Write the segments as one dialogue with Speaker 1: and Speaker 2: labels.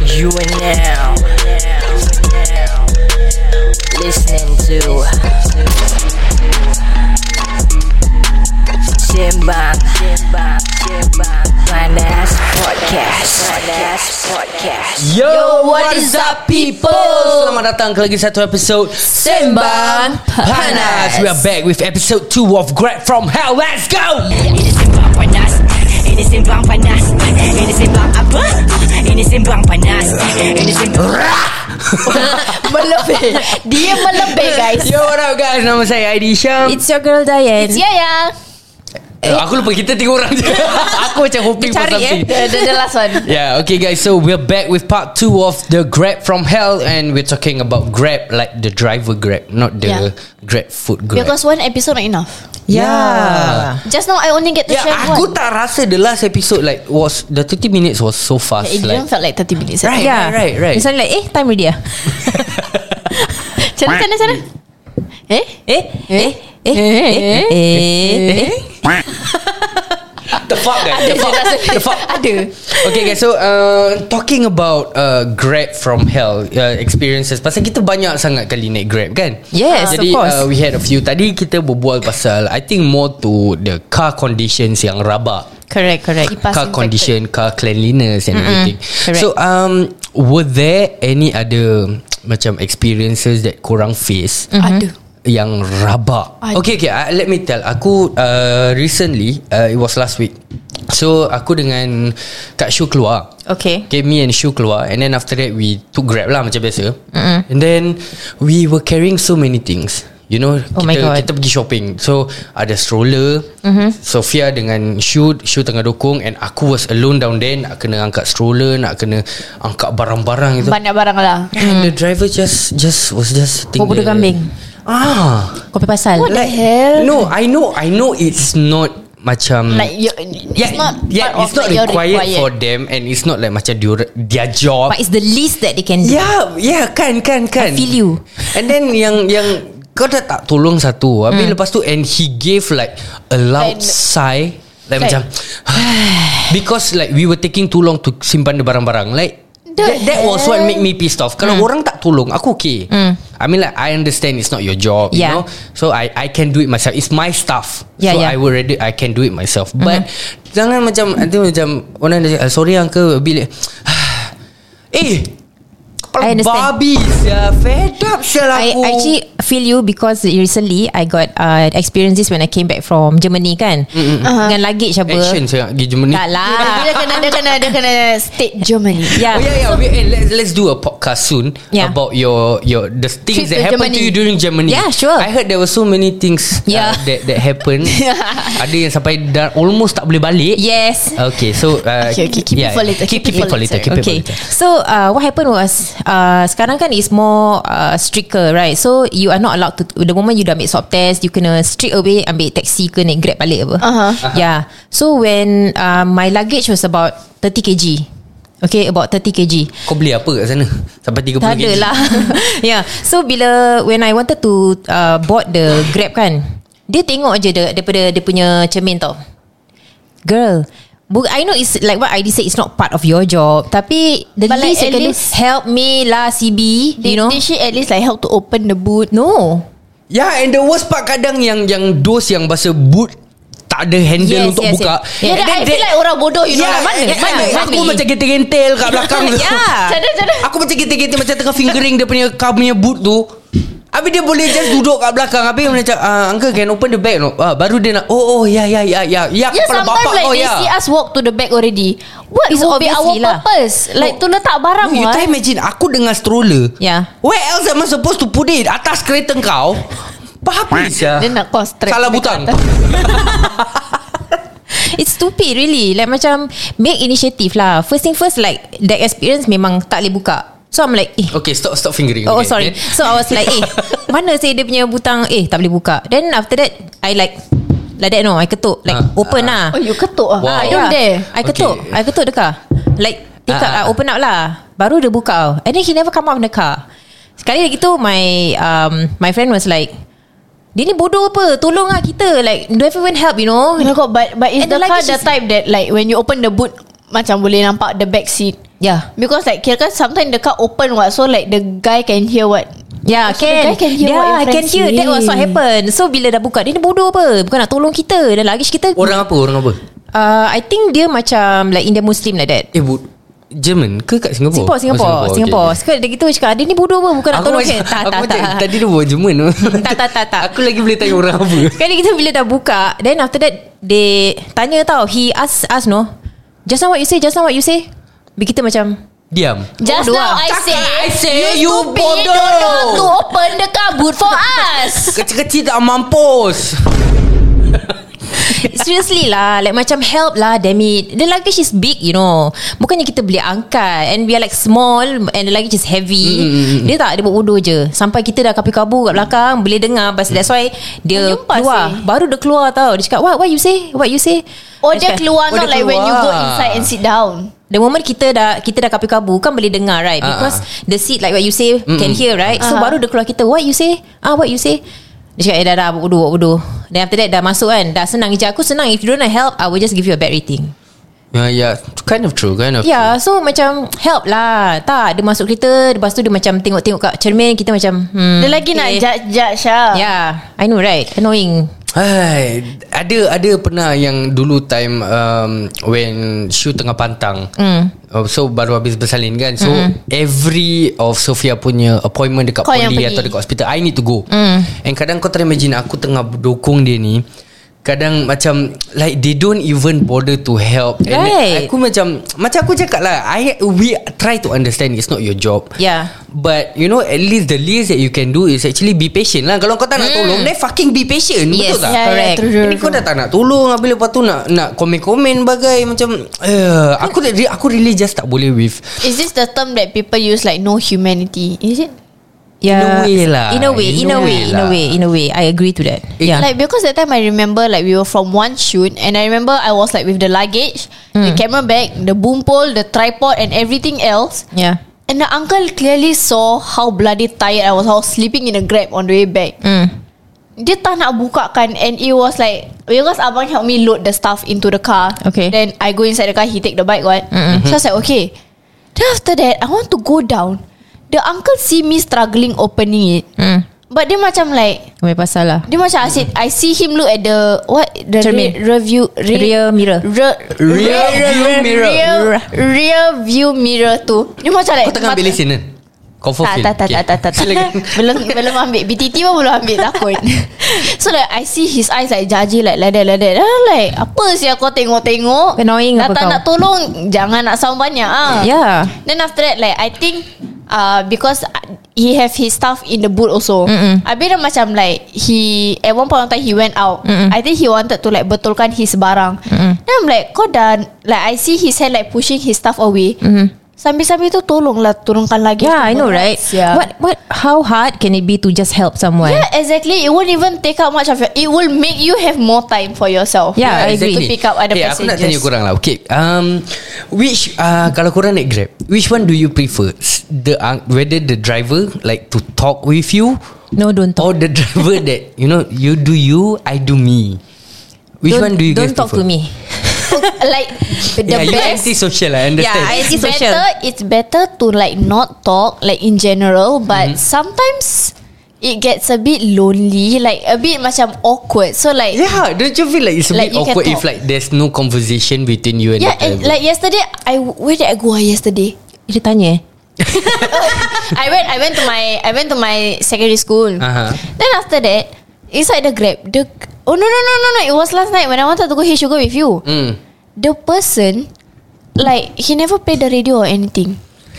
Speaker 1: You are now listening to Simbang Finance Podcast. Finance Podcast.
Speaker 2: Yo, what is up people? Selamat datang ke lagi satu episod
Speaker 3: Sembang Panas.
Speaker 2: We are back with episode 2 of Grab From Hell Let's go!
Speaker 4: Ini sembang panas Ini sembang panas Ini sembang apa? Ini sembang panas Ini sembang
Speaker 3: melebih. Dia melebih guys.
Speaker 2: Yo, what up guys? Nama saya Aidy Syam
Speaker 3: It's your girl Diane. It's Yaya.
Speaker 2: eh, Aku lupa kita tiga orang je Aku macam hoping for
Speaker 3: Cari eh.
Speaker 2: something
Speaker 3: The, the, the last one.
Speaker 2: Yeah, okay guys, so we're back with part 2 of the Grab from Hell and we're talking about Grab like the driver Grab, not the
Speaker 3: Yeah.
Speaker 2: Grab food Grab.
Speaker 3: Because one episode not enough.
Speaker 2: yeah.
Speaker 3: Just now I only get to
Speaker 2: Yeah,
Speaker 3: share
Speaker 2: Ah. Ya, aku
Speaker 3: one.
Speaker 2: tak rasa the last episode like was the 30 minutes was so fast
Speaker 3: It
Speaker 2: like
Speaker 3: didn't felt like 30
Speaker 2: Eh,
Speaker 3: minutes. Ya.
Speaker 2: Right,
Speaker 5: Yeah.
Speaker 2: right, right.
Speaker 5: It's only like, eh, time already ah.
Speaker 3: Macam mana, macam mana? Eh?
Speaker 5: Eh, eh, eh, eh, eh, eh, eh.
Speaker 2: The fuck guys The fuck The fuck
Speaker 3: Ada.
Speaker 2: Okay guys so uh, Talking about uh, Grab from hell uh, Experiences Pasal kita banyak sangat kali naik Grab kan
Speaker 5: Yes,
Speaker 2: Jadi
Speaker 5: of course.
Speaker 2: Uh, we had a few Tadi kita berbual pasal I think more to The car conditions yang rabak
Speaker 5: Correct, correct.
Speaker 3: Kipas
Speaker 2: Car
Speaker 3: infected.
Speaker 2: condition Car cleanliness and everything
Speaker 5: correct.
Speaker 2: So um, Were there any other Macam experiences That korang face
Speaker 3: Ada.
Speaker 2: yang rabak.
Speaker 3: Aduh.
Speaker 2: Okay okay, uh, let me tell. Aku uh, recently, uh, it was last week. So aku dengan Kak Shu keluar.
Speaker 5: Okay.
Speaker 2: Okay, me and Shu keluar And then after that We took grab lah Macam biasa mm-hmm. And then We were carrying so many things You know
Speaker 5: Oh
Speaker 2: kita,
Speaker 5: my God.
Speaker 2: Kita pergi shopping So Ada stroller mm-hmm. Sofia dengan Shu Shu tengah dokong And aku was alone down there Nak kena angkat stroller Nak kena Angkat barang-barang itu
Speaker 3: Banyak barang lah.
Speaker 2: And the driver just Just was just sitting
Speaker 5: Buat bodoh
Speaker 2: there.
Speaker 5: Mm-hmm. kambing.
Speaker 2: Ah
Speaker 5: Kopi pasal.
Speaker 3: What the hell?
Speaker 2: No, I know, I know it's not macam
Speaker 3: Like, you,
Speaker 2: yeah,
Speaker 3: it's not
Speaker 2: yeah,
Speaker 3: part
Speaker 2: it's
Speaker 3: of
Speaker 2: not
Speaker 3: like your
Speaker 2: required, for them, and it's not like macam dia, their job.
Speaker 5: But it's the least that they can do.
Speaker 2: Yeah, yeah, kan, kan, kan.
Speaker 5: I feel you.
Speaker 2: And then yang yang kau dah tak tolong satu, habis
Speaker 5: Hmm.
Speaker 2: lepas tu and he gave like a loud
Speaker 3: Like-
Speaker 2: sigh, like,
Speaker 3: Like-
Speaker 2: macam because like we were taking too long to simpan the barang-barang, like.
Speaker 3: The
Speaker 2: That, that was what make me pissed off.
Speaker 5: Hmm.
Speaker 2: Kalau orang tak tolong, aku okay. I mean like I understand it's not your job, you
Speaker 5: Yeah.
Speaker 2: know. So I I can do it myself. It's my stuff.
Speaker 5: Yeah,
Speaker 2: so I
Speaker 5: yeah. Mm-hmm.
Speaker 2: would rather I can do it myself. But jangan macam nanti macam orang dia cakap, sorry uncle bila eh
Speaker 5: I
Speaker 2: kepala
Speaker 5: understand.
Speaker 2: babi sia fed up sia lah
Speaker 5: I
Speaker 2: aku.
Speaker 5: actually feel you because recently I got uh, experience this when I came back from Germany kan. Uh-huh. Dengan luggage apa.
Speaker 2: action saya pergi Germany.
Speaker 5: Tak lah.
Speaker 3: Dia, dia kena, dia kena, dia kena state Germany.
Speaker 5: Yeah.
Speaker 2: Oh yeah, yeah. We, eh, let's let's do a podcast soon
Speaker 5: Yeah.
Speaker 2: about your your the things
Speaker 3: Trip
Speaker 2: that
Speaker 3: to
Speaker 2: happened to
Speaker 3: Germany.
Speaker 2: you during Germany.
Speaker 5: Yeah, sure.
Speaker 2: I heard there were so many things
Speaker 5: Yeah.
Speaker 2: uh, that that happened. Ada yang sampai dah almost tak boleh balik.
Speaker 5: Yes.
Speaker 2: Okay, so uh,
Speaker 3: Okay, okay, keep it for later,
Speaker 2: Keep, it for later. Ah, Keep
Speaker 5: okay.
Speaker 2: it for later.
Speaker 5: So uh, what happened was uh, sekarang kan is more uh, stricter right. So you are not allowed to the moment you dah ambil swab test you kena straight away ambil taxi ke naik grab balik apa.
Speaker 3: Uh-huh.
Speaker 5: Yeah. So when uh, my luggage was about 30 kg. Okay about 30 kg.
Speaker 2: Kau beli apa kat sana? Sampai 30
Speaker 5: Tak ada
Speaker 2: kg?
Speaker 5: lah Yeah So bila When I wanted to uh, Board the grab kan Dia tengok je dia, Daripada dia punya cermin tau Girl bu- I know it's Like what I said It's not part of your job Tapi The
Speaker 3: But like
Speaker 5: least
Speaker 3: at
Speaker 5: you can do
Speaker 3: least-
Speaker 5: Help me lah CB
Speaker 3: Did,
Speaker 5: You know
Speaker 3: did she at least like help to open the boot?
Speaker 5: No
Speaker 2: Yeah, Ya, and the worst part kadang yang yang dos yang bahasa boot tak ada handle
Speaker 5: Yes,
Speaker 2: untuk
Speaker 5: yes, Ya,
Speaker 2: buka.
Speaker 5: yes.
Speaker 3: Yeah,
Speaker 2: And then
Speaker 3: I
Speaker 2: they-
Speaker 3: feel like orang bodoh You know
Speaker 5: Ya,
Speaker 2: Yeah,
Speaker 3: lah Mana
Speaker 2: and-
Speaker 3: mana,
Speaker 2: and Aku
Speaker 3: mana
Speaker 2: macam gentil-gentil kat belakang tu.
Speaker 5: Yeah
Speaker 3: Macam mana, macam mana?
Speaker 2: Aku macam kita-kita Macam tengah fingering Dia punya Kau punya boot tu Habis dia boleh just duduk kat belakang Habis dia macam ah, Uncle can open the bag no? ah, Baru dia nak Oh oh ya ya ya ya Ya
Speaker 3: Yeah,
Speaker 2: kepala
Speaker 3: sometimes
Speaker 2: bapak
Speaker 3: like
Speaker 2: oh
Speaker 3: they
Speaker 2: ya
Speaker 3: see us walk to the back already. What
Speaker 5: It's
Speaker 3: would be our
Speaker 5: obviously lah.
Speaker 3: purpose? Like to letak barang
Speaker 2: No, you
Speaker 3: what?
Speaker 2: try
Speaker 5: eh.
Speaker 2: imagine Aku dengan stroller
Speaker 5: Yeah.
Speaker 2: Where else am I supposed to put it Atas kereta kau Habis ya
Speaker 3: Dia nak kau strap
Speaker 2: Salah
Speaker 3: dekat
Speaker 2: butang
Speaker 3: atas.
Speaker 5: It's stupid really Like macam Make initiative lah First thing first like That experience memang Tak boleh buka So I'm like Eh
Speaker 2: Okay stop stop fingering
Speaker 5: Oh, oh
Speaker 2: okay.
Speaker 5: sorry
Speaker 2: Then-
Speaker 5: So I was like Eh mana saya dia punya butang Eh tak boleh buka Then after that I like Like that no I ketuk Like
Speaker 2: Ah,
Speaker 5: open lah
Speaker 3: Oh you ketuk ah.
Speaker 2: Wow.
Speaker 3: I
Speaker 5: Yeah.
Speaker 3: don't dare.
Speaker 5: I ketuk
Speaker 2: Okay.
Speaker 5: okay. I ketuk the car Like Take
Speaker 2: Ah,
Speaker 5: up,
Speaker 2: ah,
Speaker 5: uh,
Speaker 2: ah.
Speaker 5: Open up lah Baru dia buka And then he never come out from the car Sekali lagi tu My um, My friend was like dia ni bodoh apa Tolong lah kita Like Don't even help you
Speaker 3: Oh
Speaker 5: know
Speaker 3: my god but but is
Speaker 5: And
Speaker 3: the
Speaker 5: the
Speaker 3: car
Speaker 5: luggage
Speaker 3: the
Speaker 5: is-
Speaker 3: type that like when you open the boot macam boleh nampak the back seat.
Speaker 5: Yeah.
Speaker 3: Because like kira kan sometimes the car open what so like the guy can hear what.
Speaker 5: Yeah,
Speaker 3: So the
Speaker 5: can.
Speaker 3: guy can hear what
Speaker 5: yeah,
Speaker 3: your
Speaker 5: I can
Speaker 3: friends
Speaker 5: hear. That was what
Speaker 3: say.
Speaker 5: happened. So bila dah buka, dia ni bodoh apa? Bukan nak tolong kita. Dan luggage kita.
Speaker 2: Orang apa Orang apa
Speaker 5: Uh, I think dia macam like Indian Muslim like that.
Speaker 2: Eh bu- German ke kat Singapore
Speaker 5: Singapore, Singapore,
Speaker 2: Oh,
Speaker 5: Singapore. Okay. Sekali dia gitu cakap, dia ni bodoh apa? Bukan nak
Speaker 2: Aku
Speaker 5: tolong
Speaker 2: macam,
Speaker 5: kita. Tak,
Speaker 2: aku
Speaker 5: tak,
Speaker 2: macam
Speaker 5: tak.
Speaker 2: Tadi dia buat Jerman
Speaker 5: Tak, tak, tak, tak.
Speaker 2: Aku lagi boleh tanya orang apa
Speaker 5: Sekali kita bila dah buka Then after that They tanya tau He ask us no Just now what you say Just now what you say Bila kita macam
Speaker 2: Diam
Speaker 3: Just
Speaker 5: Bodoh
Speaker 3: now
Speaker 5: ah.
Speaker 3: I say,
Speaker 2: I say you
Speaker 3: stupid,
Speaker 2: bodoh.
Speaker 3: Don't know how to open the car boot for us.
Speaker 2: Kecil-kecil tak mampus
Speaker 5: Seriously lah Like macam help lah Damn it The luggage is big you know Bukannya kita boleh angkat And we are like small And the luggage is heavy mm. Dia tak Dia buat bodoh je Sampai kita dah kabur-kabur kat belakang Boleh dengar But that's why Dia
Speaker 3: Menyumpah
Speaker 5: keluar
Speaker 3: sih.
Speaker 5: Baru dia keluar tau Dia cakap What, what you say What you say
Speaker 3: Or
Speaker 5: Dia
Speaker 3: dia
Speaker 5: cakap,
Speaker 3: keluar
Speaker 2: Oh,
Speaker 3: not
Speaker 2: dia
Speaker 3: like when you go
Speaker 2: keluar.
Speaker 3: inside and sit down.
Speaker 5: The moment kita dah kita dah kapu-kabu kan boleh dengar right
Speaker 2: Ah,
Speaker 5: because
Speaker 2: ah.
Speaker 5: the seat like what you say mm can hear right so
Speaker 3: Ah.
Speaker 5: baru dia keluar kita what you say ah what you say dia cakap eh dah dah buat bodoh buat bodoh then after that dah masuk kan dah senang je aku senang if you don't help I will just give you a bad rating
Speaker 2: Ya yeah, yeah. Kind of true Kind of
Speaker 5: yeah so macam help lah tak dia masuk kereta lepas tu dia macam tengok-tengok kat cermin kita macam hmm,
Speaker 3: Dia lagi nak
Speaker 5: okay.
Speaker 3: judge judge lah.
Speaker 5: yeah I know right annoying
Speaker 2: Hai, ada ada pernah yang dulu time um, when Shu tengah pantang.
Speaker 3: Hmm.
Speaker 2: Mm. So baru habis bersalin kan. So mm. every of Sofia punya appointment dekat
Speaker 3: Kau yang
Speaker 2: poli
Speaker 3: pergi. Hmm.
Speaker 2: atau dekat hospital I need to go. Mm. And kadang kau try imagine aku tengah dokong dia ni. Kadang macam like they don't even bother to help. And
Speaker 5: Right.
Speaker 2: aku macam macam aku cakap lah I we try to understand it's not your job.
Speaker 5: yeah
Speaker 2: But you know At least the least That you can do Is actually be patient lah Kalau kau tak
Speaker 3: Hmm.
Speaker 2: nak tolong Then fucking be patient
Speaker 5: Yes,
Speaker 2: Betul tak
Speaker 5: yeah, yeah, true,
Speaker 2: Ini kau dah tak nak tolong Habis lepas tu nak Nak komen-komen bagai Macam uh, Aku re- aku really just tak boleh with
Speaker 3: Is this the term that people use like no humanity? Is it?
Speaker 5: yeah
Speaker 2: way lah.
Speaker 5: in a way in a way in a way in a way I agree to that
Speaker 2: Eh,
Speaker 5: yeah
Speaker 3: Like because that time I remember like we were from one shoot and I remember I was like with the luggage, the
Speaker 5: Hmm.
Speaker 3: camera bag, the boom pole, the tripod and everything else.
Speaker 5: yeah
Speaker 3: And the uncle clearly saw how bloody tired I was. I was sleeping in a grab on the way back.
Speaker 5: mm.
Speaker 3: Dia tak nak bukakan and it was like because abang helped me load the stuff into the car.
Speaker 5: Okay.
Speaker 3: Then
Speaker 5: Mm-hmm.
Speaker 3: I go inside the car. He take the bike. What? So I was like, okay. Then after that, I want to go down. The uncle see me struggling opening it,
Speaker 5: Mm.
Speaker 3: but dia macam like
Speaker 5: Ambil pasal lah
Speaker 3: Dia macam asyik I see him look at the What The
Speaker 5: Cermin.
Speaker 3: re- review re-
Speaker 5: Rear mirror.
Speaker 3: re-
Speaker 2: Rear
Speaker 3: rear-
Speaker 2: view
Speaker 3: rear-
Speaker 2: mirror.
Speaker 3: rear- Rear view mirror tu Dia macam like
Speaker 2: Kau tengah ambil lesen kan Confirm
Speaker 3: Eh, tak,
Speaker 2: fail.
Speaker 3: tak, tak,
Speaker 2: Okay.
Speaker 3: tak, tak, tak, tak.
Speaker 2: Silakan.
Speaker 3: belum belum ambil BTT pun belum ambil takut so like I see his eyes like judgy like like that like that ah, like apa sih aku tengok-tengok
Speaker 5: Annoying
Speaker 3: Dah
Speaker 5: apa
Speaker 3: tak
Speaker 5: kau?
Speaker 3: nak tolong jangan nak sound banyak ah
Speaker 5: Yeah.
Speaker 3: Then after that like I think uh, Because he have his stuff in the boot also
Speaker 5: Mm-mm.
Speaker 3: Habis dia macam like He At one point of time he went out
Speaker 5: Mm-mm.
Speaker 3: I think he wanted to like Betulkan his barang
Speaker 5: Mm-mm.
Speaker 3: Then I'm like Kau dah Like I see his hand like Pushing his stuff away
Speaker 5: Mm-hmm.
Speaker 3: Sambil-sambil tu tolonglah Turunkan lagi
Speaker 5: Yeah, I know, right?
Speaker 3: yeah.
Speaker 5: What what? How hard can it be to just help someone?
Speaker 3: Yeah exactly It won't even take up much of your It will make you have more time For yourself
Speaker 5: Yeah, I
Speaker 3: Like,
Speaker 5: agree.
Speaker 3: To pick up other
Speaker 2: Eh, aku nak
Speaker 3: passengers
Speaker 2: tanya korang lah Okay um, Which uh, Kalau korang naik grab Which one do you prefer S- The uh, Whether the driver Like to talk with you
Speaker 5: No, don't
Speaker 2: Or
Speaker 5: talk.
Speaker 2: the driver that You know You do you I do me Which
Speaker 5: don't,
Speaker 2: one do you guys
Speaker 5: Don't talk
Speaker 2: prefer?
Speaker 5: to me.
Speaker 3: Like The
Speaker 2: yeah, you
Speaker 3: best
Speaker 2: anti-social I understand
Speaker 5: Yeah, I-
Speaker 3: it's
Speaker 5: Antisocial.
Speaker 3: better it's better to like not talk like in general but
Speaker 2: Mm-hmm.
Speaker 3: sometimes it gets a bit lonely like a bit macam awkward so like
Speaker 2: Yeah, don't you feel like it's a
Speaker 3: Like,
Speaker 2: bit
Speaker 3: you can
Speaker 2: awkward
Speaker 3: talk.
Speaker 2: if like there's no conversation between you and
Speaker 3: yeah
Speaker 2: the
Speaker 3: and
Speaker 2: driver?
Speaker 3: like yesterday I where did I go ah yesterday
Speaker 5: Dia tanya. eh.
Speaker 3: I went I went to my I went to my secondary school
Speaker 2: Uh-huh.
Speaker 3: then after that inside the grab the oh no no no no no it was last night when I wanted to go hey sugar with you
Speaker 2: mm.
Speaker 3: the person like he never played the radio or anything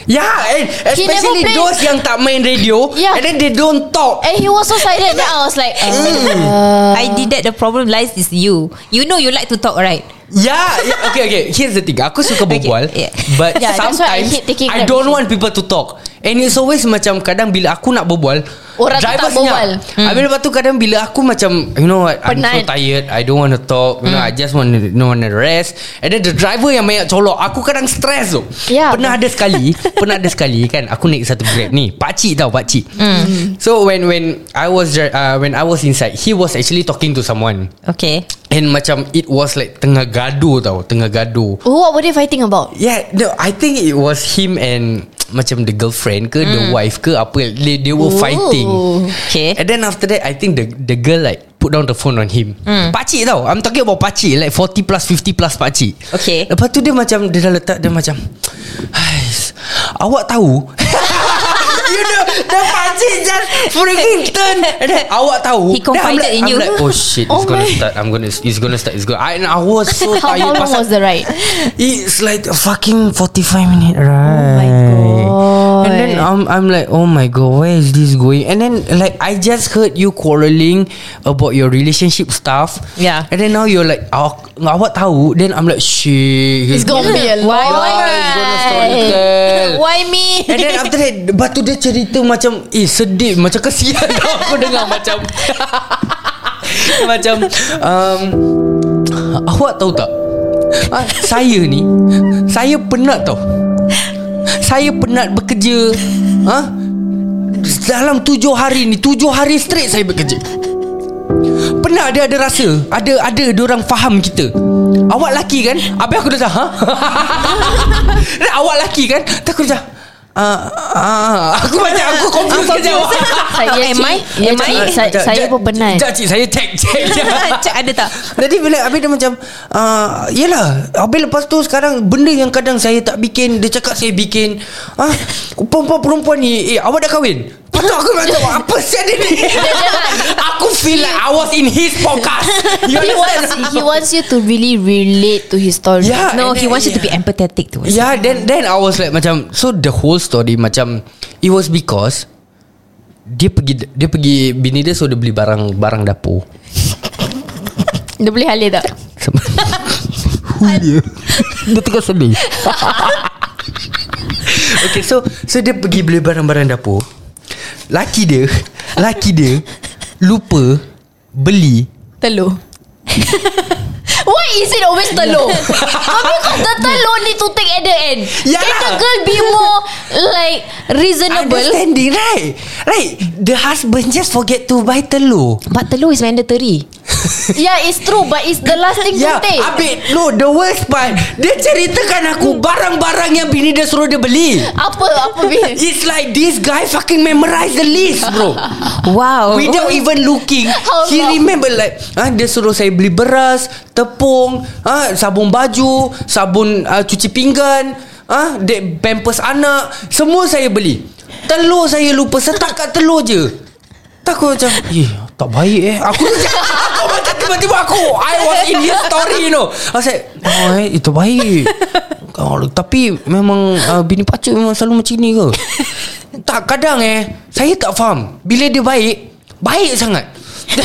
Speaker 2: Yeah, and especially
Speaker 3: never play-
Speaker 2: those yang tak main radio and
Speaker 3: Yeah.
Speaker 2: then they don't talk.
Speaker 3: and he was so silent then I was like
Speaker 2: Mm.
Speaker 3: uh,
Speaker 5: I did that. The problem lies is you. You know you like to talk, right?
Speaker 2: Yeah, yeah, Ya, okay, okay. Here's the thing. Aku suka berbual,
Speaker 5: yeah.
Speaker 2: but
Speaker 3: Yeah, that's why I
Speaker 2: sometimes
Speaker 3: hate taking
Speaker 2: I
Speaker 3: Grab
Speaker 2: don't
Speaker 3: also.
Speaker 2: want people to talk. And it's always macam kadang bila aku nak berbual,
Speaker 3: Orang tu
Speaker 2: Driver
Speaker 3: tak berbual.
Speaker 2: Hmm. Habis lepas tu kadang bila aku macam you know what I'm so
Speaker 3: Penat. Hmm.
Speaker 2: tired. I don't want to talk. You know I just want to you know, want to rest. And then the driver yang banyak colok. Aku kadang stress tu.
Speaker 3: Ya,
Speaker 2: pernah ada sekali, pernah ada sekali kan aku naik satu Grab ni. Pakcik tau, pakcik. Hmm. So when when I was dri- uh, when I was inside, he was actually talking to someone.
Speaker 5: Okay
Speaker 2: And macam it was like tengah gaduh tau, tengah gaduh.
Speaker 3: Oh, what were they fighting about?
Speaker 2: Yeah, no, I think it was him and macam the girlfriend ke the wife ke apa they, they were
Speaker 3: Ooh.
Speaker 2: fighting.
Speaker 5: Okay.
Speaker 2: And then after that I think the the girl like put down the phone on him. Mm. Pakcik tau. I'm talking about pakcik like 40 plus 50 plus pakcik.
Speaker 5: Okay.
Speaker 2: Lepas tu dia macam dia dah letak dia macam "Hais, awak tahu You know The pakcik just Freaking turn And then Awak tahu
Speaker 5: He
Speaker 2: Then I'm
Speaker 5: confided
Speaker 2: like,
Speaker 5: in
Speaker 2: I'm
Speaker 5: you.
Speaker 2: like Oh shit
Speaker 3: Oh
Speaker 2: It's gonna
Speaker 3: my.
Speaker 2: start I'm gonna It's gonna start It's gonna I, and I was so
Speaker 3: How,
Speaker 2: tired
Speaker 3: how long
Speaker 2: pasal-
Speaker 3: was the ride?
Speaker 2: It's like a fucking 45 minute
Speaker 3: Oh my
Speaker 2: ride.
Speaker 3: god.
Speaker 2: And then I'm, I'm like, oh my god, where is this going? And then like I just heard you quarreling about your relationship stuff.
Speaker 5: Yeah.
Speaker 2: And then now you're like, oh, awak tahu? Then I'm like, shit.
Speaker 3: it's gonna be a long
Speaker 5: Why- why
Speaker 2: It's gonna storytell.
Speaker 3: Why me?
Speaker 2: And then after that Lepas tu dia cerita macam Eh sedih Macam kesian tau Aku dengar macam Macam um, Awak tahu tak ah, Saya ni Saya penat tau Saya penat bekerja ha? Dalam tujuh hari ni Tujuh hari straight saya bekerja Penat dia ada rasa Ada ada orang faham kita Awak lelaki kan Habis aku dah macam, ha? Dan awak lelaki kan Tak aku dah macam, ah, ah. Aku macam Aku confused kejap Eh,
Speaker 3: Saya
Speaker 5: Am
Speaker 3: cik-
Speaker 5: I?
Speaker 3: ya,
Speaker 5: Am I?
Speaker 3: cik, saya- Saya pun penat
Speaker 2: Sekejap cik Saya check check
Speaker 5: Cak ada tak
Speaker 2: Jadi bila Habis dia macam uh, Yelah Habis lepas tu sekarang Benda yang kadang saya tak bikin Dia cakap saya bikin ah, Perempuan-perempuan ni Eh awak dah kahwin Lepas tu aku macam Apa sial dia ni Aku feel like I was in his podcast You
Speaker 3: He
Speaker 2: understand
Speaker 3: wants, he wants you to really relate to his story
Speaker 2: Yeah,
Speaker 5: No
Speaker 2: and
Speaker 5: he
Speaker 2: then-
Speaker 5: wants you to be empathetic to us.
Speaker 2: Yeah Ya, then then I was like macam So the whole story macam It was because Dia pergi Dia pergi Bini dia so dia beli barang Barang dapur
Speaker 3: Dia boleh halil tak?
Speaker 2: Sama- Hu dia Dia tengah sedih Okay so So dia pergi beli barang-barang dapur Laki dia Laki dia Lupa Beli
Speaker 3: Telur Why is it always telur? Habis kau the telur need to take at the end
Speaker 2: Yeah.
Speaker 3: Can the girl be more Like Reasonable
Speaker 2: Understanding right Right The husband just forget to buy telur
Speaker 5: But telur is mandatory
Speaker 3: Yeah it's true But it's the last thing
Speaker 2: Ya
Speaker 3: to take
Speaker 2: Abid No the worst part Dia ceritakan aku Barang-barang yang bini dia suruh dia beli
Speaker 3: Apa Apa bin
Speaker 2: It's like this guy Fucking memorize the list bro
Speaker 5: Wow Oh,
Speaker 2: Without even looking
Speaker 3: Oh. How
Speaker 2: He
Speaker 3: long?
Speaker 2: remember like ah, Dia suruh saya beli beras Tepung ah, Sabun baju Sabun ah, cuci pinggan ah, dek Pampers anak Semua saya beli Telur saya lupa Setak kat telur je Tak aku macam Eh tak baik eh Aku macam Aku macam tiba-tiba aku I was in his story you know I was like Oh eh itu baik oh, Tapi memang uh, Bini pacu memang selalu macam ni ke tak kadang eh Saya tak faham Bila dia baik Baik sangat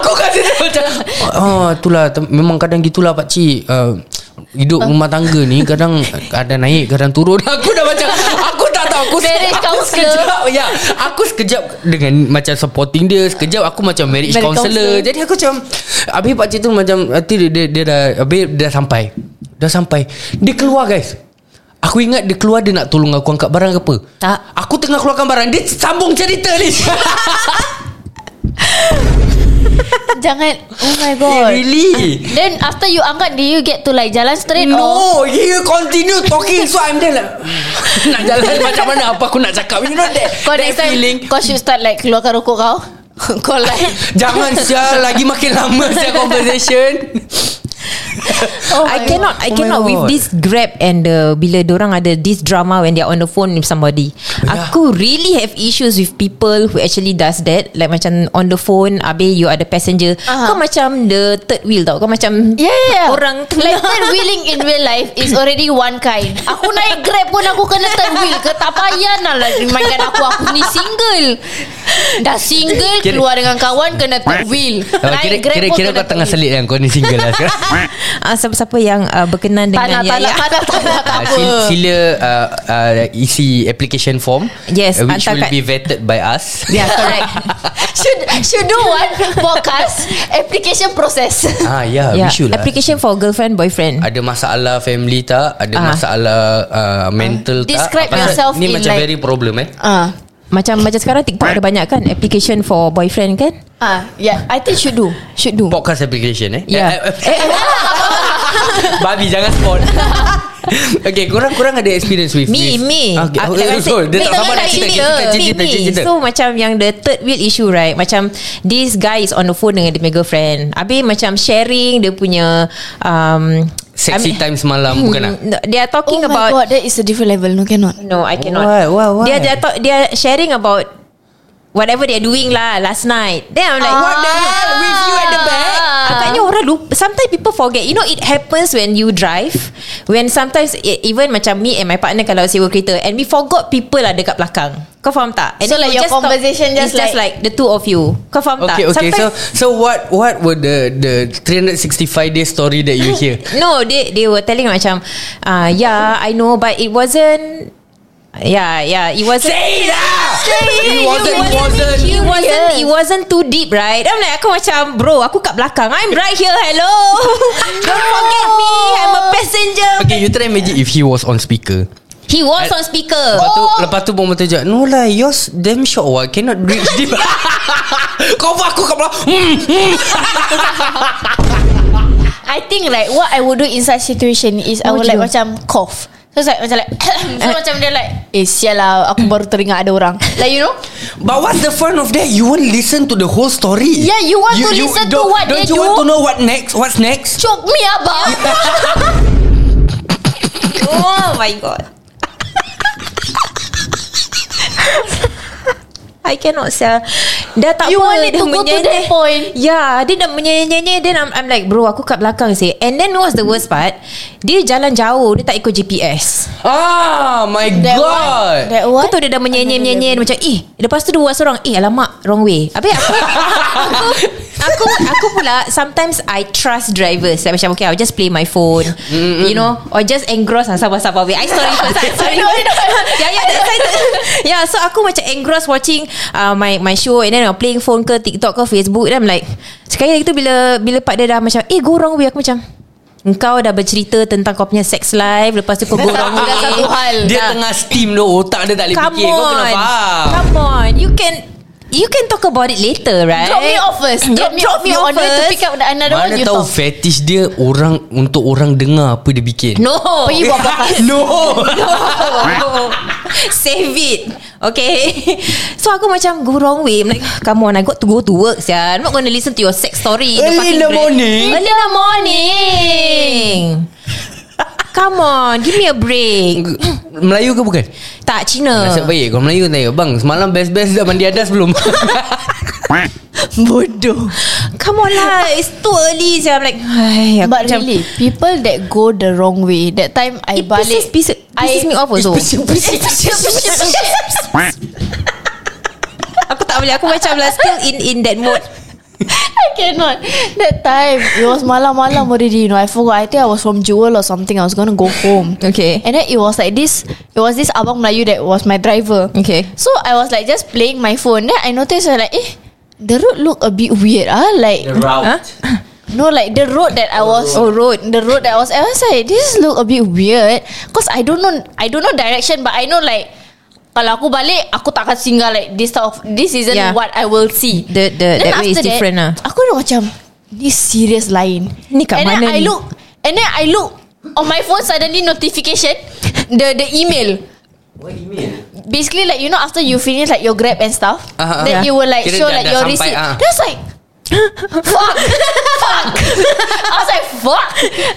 Speaker 2: Aku kasi dia macam Oh itulah tem- Memang kadang gitulah pakcik uh, Hidup rumah tangga ni Kadang Kadang naik Kadang turun Aku dah macam Aku tak tahu Aku, se-
Speaker 3: Marriage
Speaker 2: aku
Speaker 3: counselor.
Speaker 2: sekejap ya, Aku sekejap Dengan macam supporting dia Sekejap aku macam Marriage
Speaker 3: Marriage
Speaker 2: counselor
Speaker 3: counselor.
Speaker 2: Jadi aku macam Habis pakcik tu macam Nanti dia, dia, dia dah Habis dia dah sampai Dah sampai Dia keluar guys Aku ingat dia keluar Dia nak tolong aku angkat barang ke apa
Speaker 5: Tak.
Speaker 2: Aku tengah keluarkan barang Dia sambung cerita ni
Speaker 3: Jangan Oh my god
Speaker 2: Really
Speaker 3: Then after you angkat Do you get to like Jalan straight or
Speaker 2: No You continue talking So I'm there like Nak jalan macam mana Apa aku nak cakap You know that
Speaker 3: Kau
Speaker 2: That
Speaker 3: next time
Speaker 2: feeling
Speaker 3: Kau should start like Keluarkan rokok kau Kau like
Speaker 2: Jangan sial Lagi makin lama sial conversation
Speaker 3: oh
Speaker 5: I
Speaker 3: my
Speaker 5: cannot I
Speaker 2: Oh my
Speaker 5: cannot with
Speaker 2: God.
Speaker 5: this grab and the bila orang ada this drama when they're on the phone with somebody.
Speaker 2: Yeah.
Speaker 5: Aku really have issues with people who actually does that like macam on the phone abe you are the passenger.
Speaker 3: Aha.
Speaker 5: Uh-huh. Kau macam the third wheel tau. Kau macam
Speaker 3: Yeah, yeah, yeah.
Speaker 5: orang
Speaker 3: Like third wheeling in real life Is already one kind Aku naik grab pun Aku kena third wheel ke Tak payah nak lah Remind aku Aku ni single Dah single
Speaker 2: Kira-
Speaker 3: Keluar dengan kawan Kena third wheel
Speaker 2: Oh, kira,
Speaker 3: Naik grab
Speaker 2: kira,
Speaker 3: pun
Speaker 2: kira
Speaker 3: kena
Speaker 2: kau tengah
Speaker 3: third wheel.
Speaker 2: selit kan Kau ni single lah sekarang
Speaker 5: uh, siapa-siapa yang uh, berkenan
Speaker 3: Tak nak tak
Speaker 5: dengan
Speaker 3: nak tak nak tak nak tak
Speaker 2: Uh,
Speaker 3: apa
Speaker 2: sila, sila uh, uh, isi application form
Speaker 5: Yes,
Speaker 2: uh, which will
Speaker 5: hantar kat-
Speaker 2: be vetted by us.
Speaker 5: Yeah, correct.
Speaker 2: Uh,
Speaker 3: Should should do one podcast application process.
Speaker 2: ah yeah, yeah. we
Speaker 5: yeah.
Speaker 2: should lah.
Speaker 5: Ya, Application for girlfriend boyfriend.
Speaker 2: Ada masalah family tak? Ada
Speaker 5: Ah.
Speaker 2: masalah uh, mental tak?
Speaker 3: Describe
Speaker 2: Pasal
Speaker 3: yourself
Speaker 2: Ni
Speaker 3: in
Speaker 2: macam
Speaker 3: like-
Speaker 2: very problem eh.
Speaker 3: Ah.
Speaker 5: Macam macam sekarang TikTok ada banyak kan application for boyfriend kan?
Speaker 3: Ah, yeah, I think should do. Oh Should do.
Speaker 2: Podcast application eh.
Speaker 5: Yeah.
Speaker 2: Eh, eh, eh. Babi jangan spot. okay, korang korang ada experience with
Speaker 5: Me,
Speaker 2: with,
Speaker 5: me.
Speaker 2: Okay,
Speaker 5: Ah,
Speaker 2: okay,
Speaker 5: like I
Speaker 2: so,
Speaker 5: said,
Speaker 2: dia tak
Speaker 5: like
Speaker 2: sabar
Speaker 5: I
Speaker 2: nak
Speaker 5: said,
Speaker 2: cerita.
Speaker 5: me,
Speaker 2: Cerita,
Speaker 5: me,
Speaker 2: cerita,
Speaker 5: me.
Speaker 2: cerita.
Speaker 5: So macam yang the third wheel issue right Macam this guy is on the phone dengan dia punya girlfriend Habis macam sharing dia punya um,
Speaker 2: Sexy
Speaker 5: I mean- Hmm.
Speaker 2: time semalam bukan lah.
Speaker 5: No, They are talking
Speaker 3: oh
Speaker 5: about
Speaker 3: my god, that is a different level. No, cannot.
Speaker 5: No, I cannot.
Speaker 2: Why? Why? Why?
Speaker 5: They are, they are, talk, they are sharing about whatever they are doing lah last night. Then I'm like, what the hell with you at the back? Agaknya orang lupa. Sometimes people forget. You know, it happens when you drive. When sometimes e- even macam me and my partner kalau sewa kereta and we forgot people lah dekat belakang. Kau faham tak? And
Speaker 3: So,
Speaker 5: then
Speaker 3: like,
Speaker 5: we
Speaker 3: your
Speaker 5: talk-
Speaker 3: conversation just
Speaker 5: it's just like the two of you. Kau faham tak?
Speaker 2: Okay, okay. So,
Speaker 5: Sometimes-
Speaker 2: so what what were the the 365 day story that you hear?
Speaker 5: No, they they were telling macam, uh, yeah, I know, but it wasn't. Yeah, yeah, it wasn't. Say that.
Speaker 2: It wasn't-
Speaker 5: It wasn't.
Speaker 2: wasn't.
Speaker 5: It wasn't. It wasn't too deep, right? I'm like, aku macam, bro, aku kat belakang. I'm right here. Hello. Don't forget me. I'm a passenger.
Speaker 2: Okay, you try imagine if he was on speaker.
Speaker 5: He was on speaker. Oh,
Speaker 2: Lepas
Speaker 3: Oh.
Speaker 2: tu, lepas tu perempuan tu cakap, no lah, yours damn short what, cannot reach deep. Kau buat aku kat belakang. Hmm.
Speaker 3: I think like what I would do in such situation is I would
Speaker 5: What would
Speaker 3: like
Speaker 5: you do?
Speaker 3: macam cough. So it's like macam like so macam dia like eh sial lah aku baru teringat ada orang. Like you know?
Speaker 2: But what's the fun of that? You won't listen to the whole story.
Speaker 3: Yeah, you want to listen to
Speaker 2: don't-
Speaker 3: what
Speaker 2: Don't
Speaker 3: they
Speaker 2: you want
Speaker 3: do?
Speaker 2: to know what next? What's next?
Speaker 3: Choke me abang.
Speaker 5: Oh my god. I cannot sell Dah tak
Speaker 3: You
Speaker 5: apa
Speaker 3: wanted
Speaker 5: dah
Speaker 3: to go to
Speaker 5: menyanyi.
Speaker 3: that point.
Speaker 5: Yeah Dia dah menyanyi-nyanyi Then I'm, I'm like Bro aku kat belakang sih And then what's the worst part Dia jalan jauh Dia tak ikut GPS
Speaker 2: Ah, my
Speaker 3: That
Speaker 2: God.
Speaker 3: one. That
Speaker 5: Kau
Speaker 3: one.
Speaker 5: tahu dia dah menyanyi-nyanyi dia Macam eh Lepas tu dia buat seorang Eh alamak Wrong way Habis aku Aku Aku, aku pula Sometimes I trust drivers like, Macam okay I'll just play my phone mm You know Or just engross lah Sabar-sabar wait I sorry first I sorry first Ya, Yeah yeah that's why Yeah so aku macam engross Watching uh, my my show And then I'm playing phone ke TikTok ke Facebook Then I'm like Sekali lagi tu bila Bila part dia dah macam Eh go wrong way Aku macam Engkau dah bercerita Tentang kau punya sex life Lepas tu kau go wrong way
Speaker 3: Dah satu hal. lah.
Speaker 2: Dia
Speaker 5: Nah.
Speaker 2: tengah steam tu Otak dia tak boleh
Speaker 5: Come
Speaker 2: fikir Kau kena
Speaker 5: on
Speaker 2: faham
Speaker 5: Come on You can You can talk about it later right
Speaker 3: Drop me off first. Eh. Drop me off. You on the way to pick up the another
Speaker 2: Mana
Speaker 3: one you
Speaker 2: tahu
Speaker 3: talk.
Speaker 2: fetish dia Orang Untuk orang dengar Apa dia bikin
Speaker 5: No
Speaker 3: Pergi buat podcast.
Speaker 2: No
Speaker 5: No. Save it Okay So aku macam Go wrong way I'm like Come on I got to go to work sia. I'm not going to listen to your sex story
Speaker 2: Early
Speaker 5: fucking
Speaker 2: in the
Speaker 5: Grab.
Speaker 2: morning?
Speaker 5: Early in the morning Come on Give me a break
Speaker 2: Melayu ke bukan?
Speaker 5: Tak Cina
Speaker 2: Nasib baik Kalau Melayu kan tanya Bang semalam best-best Dah mandi adas belum?
Speaker 5: Bodoh Come on lah It's too early sia. I'm like "Hai, aku
Speaker 3: But
Speaker 5: macam,
Speaker 3: really People that go the wrong way That time I
Speaker 5: It
Speaker 3: balik
Speaker 5: pisses, pisses, pisses
Speaker 3: I-
Speaker 5: me off also Aku tak boleh Aku macam lah Still in in that mode
Speaker 3: I cannot That time It was malam-malam already You know I forgot I think I was from Jewel or something I was gonna go home
Speaker 5: Okay.
Speaker 3: And then it was like this It was this Abang Melayu That was my driver
Speaker 5: Okay.
Speaker 3: So I was like Just playing my phone Then I noticed I like Eh The road look a bit weird ah Like
Speaker 5: Huh?
Speaker 3: No, like the road that I was.
Speaker 5: Oh, road.
Speaker 3: The road that I was. I was like, this look a bit weird. Cause I don't know, I don't know direction, but I know like. Kalau aku balik Aku tak akan singgah Like this type of This isn't yeah.
Speaker 5: Yeah.
Speaker 3: what I will see
Speaker 5: The- the- that way is different lah.
Speaker 3: Aku dah macam Ni serious lain
Speaker 5: Ni kat
Speaker 3: and
Speaker 5: mana
Speaker 3: then I
Speaker 5: ni?
Speaker 3: look And then I look On my phone suddenly notification The the email Basically like you know After you finish like your grab and stuff
Speaker 2: Ah, ah,
Speaker 3: Then
Speaker 2: ah.
Speaker 3: you will like
Speaker 2: Kira
Speaker 3: Show
Speaker 2: dah-
Speaker 3: like
Speaker 2: dah
Speaker 3: your
Speaker 2: sampai,
Speaker 3: receipt
Speaker 2: ah.
Speaker 3: That's like fuck, fuck. I was like, fuck.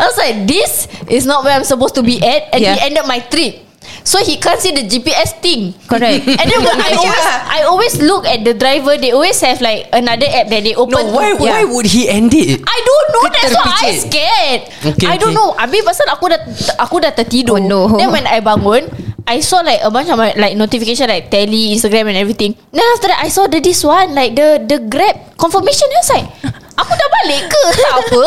Speaker 3: I was like, this is not where I'm supposed to be at, and
Speaker 5: Yeah.
Speaker 3: he ended my trip. So he can't see the GPS thing.
Speaker 5: Correct.
Speaker 3: And then when I always, I always look at the driver. They always have like another app that they
Speaker 2: No
Speaker 3: open.
Speaker 2: why
Speaker 3: to-
Speaker 2: Why would he end it?
Speaker 3: I don't know That's why I
Speaker 2: Terpicit.
Speaker 3: scared
Speaker 2: Okay,
Speaker 3: okay, I don't
Speaker 2: okay.
Speaker 3: know Habis pasal aku dah Aku dah tertidur
Speaker 5: Oh, no.
Speaker 3: Then when I bangun I saw like A bunch of my, like notification Like tele Instagram and everything Then after that I saw the this one Like the the grab Confirmation Then I was like Aku dah balik ke Tak apa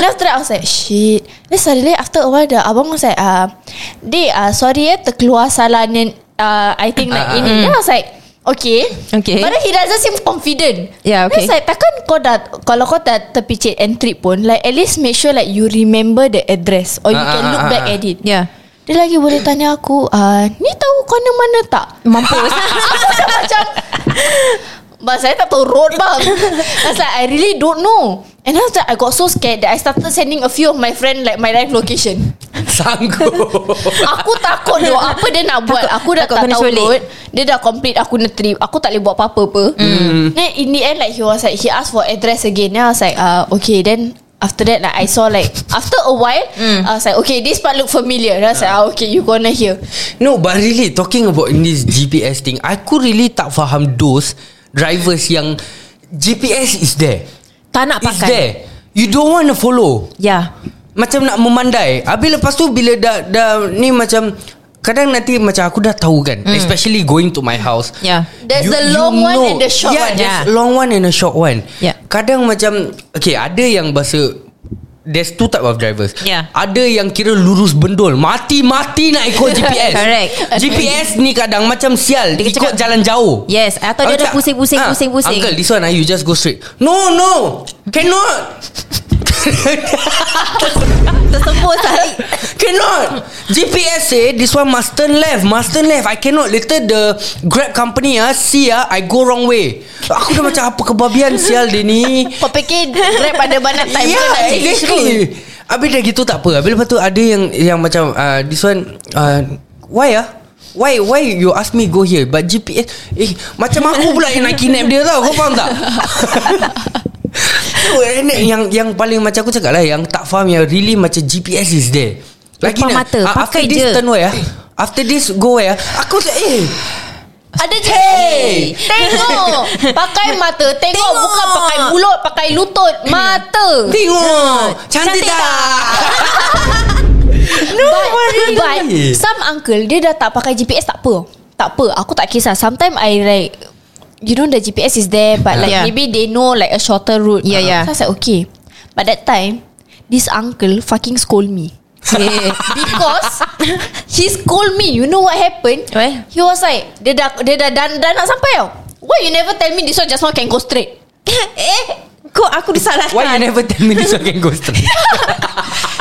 Speaker 3: Then after that I was like Shit Then suddenly after a while The abang was like uh, Dey uh, sorry eh Terkeluar salah ni uh, I think like
Speaker 2: Ah, ah,
Speaker 3: ini Then I was like Okay
Speaker 5: Okay.
Speaker 3: But then he doesn't seem confident
Speaker 5: Yeah,
Speaker 3: Then
Speaker 5: okay.
Speaker 3: it's like Takkan kau dah Kalau kau dah terpicit and trip pun Like at least make sure like You remember the address Or you
Speaker 2: Ah,
Speaker 3: can
Speaker 2: ah,
Speaker 3: look
Speaker 2: ah,
Speaker 3: back
Speaker 2: ah.
Speaker 3: at it
Speaker 5: Yeah
Speaker 3: Dia lagi boleh tanya aku uh, Ni tahu corner mana tak?
Speaker 5: Mampus
Speaker 3: Aku dah macam But saya tak tahu road bang I was like I really don't know And then after that, I got so scared That I started sending a few of my friend Like my live location
Speaker 2: Sanggup
Speaker 3: Aku takut doh Apa dia nak buat
Speaker 5: Takut-
Speaker 3: Aku dah
Speaker 5: takut
Speaker 3: tak
Speaker 5: kena
Speaker 3: tahu
Speaker 5: sulit.
Speaker 3: road Dia dah complete Aku nak trip Aku tak boleh buat apa-apa pun
Speaker 5: Hmm.
Speaker 3: Then in the end Like he was like He asked for address again Then I was like uh, Okay then After that like I saw like After a while
Speaker 5: Hmm.
Speaker 3: I was like Okay this part look familiar Then I was like ah, Okay you gonna hear
Speaker 2: No but really Talking about this GPS thing Aku really tak faham Those drivers yang GPS is there
Speaker 5: Tak nak
Speaker 2: It's
Speaker 5: pakai Ya.
Speaker 2: there You don't want to follow
Speaker 5: Yeah
Speaker 2: Macam nak memandai Habis lepas tu Bila dah, dah Ni macam Kadang nanti macam aku dah tahu kan mm.
Speaker 5: Hmm.
Speaker 2: Especially going to my house
Speaker 5: Yeah
Speaker 3: There's the long one and the short
Speaker 2: yeah,
Speaker 3: one.
Speaker 2: Yeah there's
Speaker 5: Yeah.
Speaker 2: long one and a short one
Speaker 5: Yeah.
Speaker 2: Kadang macam Okay ada yang bahasa There's two type of drivers
Speaker 5: Yeah.
Speaker 2: Ada yang kira lurus bendul Mati-mati nak ikut GPS
Speaker 5: Correct.
Speaker 2: GPS ni kadang macam sial
Speaker 5: Dia
Speaker 2: Dia Ikut
Speaker 5: cakap-
Speaker 2: jalan jauh
Speaker 5: Yes, atau dia
Speaker 2: Aku
Speaker 5: dah
Speaker 2: cakap,
Speaker 5: pusing-pusing,
Speaker 2: "Ah,
Speaker 5: pusing-pusing."
Speaker 2: Uncle this one ah, you just go straight No no Cannot
Speaker 5: Tersembus lah
Speaker 2: Cannot GPS say This one must turn left Must turn left I cannot Later the Grab company ah See ah I go wrong way Aku dah macam Apa kebabian sial dia ni
Speaker 3: Kau fikir Grab ada banyak time
Speaker 2: Ya
Speaker 3: ke
Speaker 5: lah,
Speaker 3: nak
Speaker 2: yeah,
Speaker 3: jadi shrewd?
Speaker 2: exactly Habis dah gitu tak apa Habis lepas tu ada yang Yang macam uh, This one uh, Why ah Why why you ask me go here But GPS Eh macam aku pula yang nak kidnap dia tau Kau faham tak Tu, eh, ni- yang yang paling macam aku cakap lah Yang tak faham Yang really macam GPS is there
Speaker 5: Depan
Speaker 2: nak,
Speaker 5: mata,
Speaker 2: ah, After
Speaker 5: pakai
Speaker 2: this
Speaker 5: je.
Speaker 2: turn where ah? After this go where ah? Aku cakap eh
Speaker 3: Ada je hey. Tengok Pakai mata Tengok, Tengok Bukan pakai mulut Pakai lutut Mata
Speaker 2: Tengok Cantik, tak
Speaker 3: No But,
Speaker 2: really.
Speaker 3: but Some uncle Dia dah tak pakai GPS Tak apa Tak apa Aku tak kisah Sometimes I like You know the GPS is there But like
Speaker 5: Yeah.
Speaker 3: Maybe they know Like a shorter route
Speaker 5: Yeah, yeah.
Speaker 3: So I was like okay But that time This uncle Fucking scold me Because He scold me You know what happened
Speaker 5: Why?
Speaker 3: He was like Dia dah Dia dah, dah, dah nak sampai tau Why you never tell me This one just now can go straight
Speaker 5: Eh Kau aku disalahkan
Speaker 2: Why you never tell me this I can go straight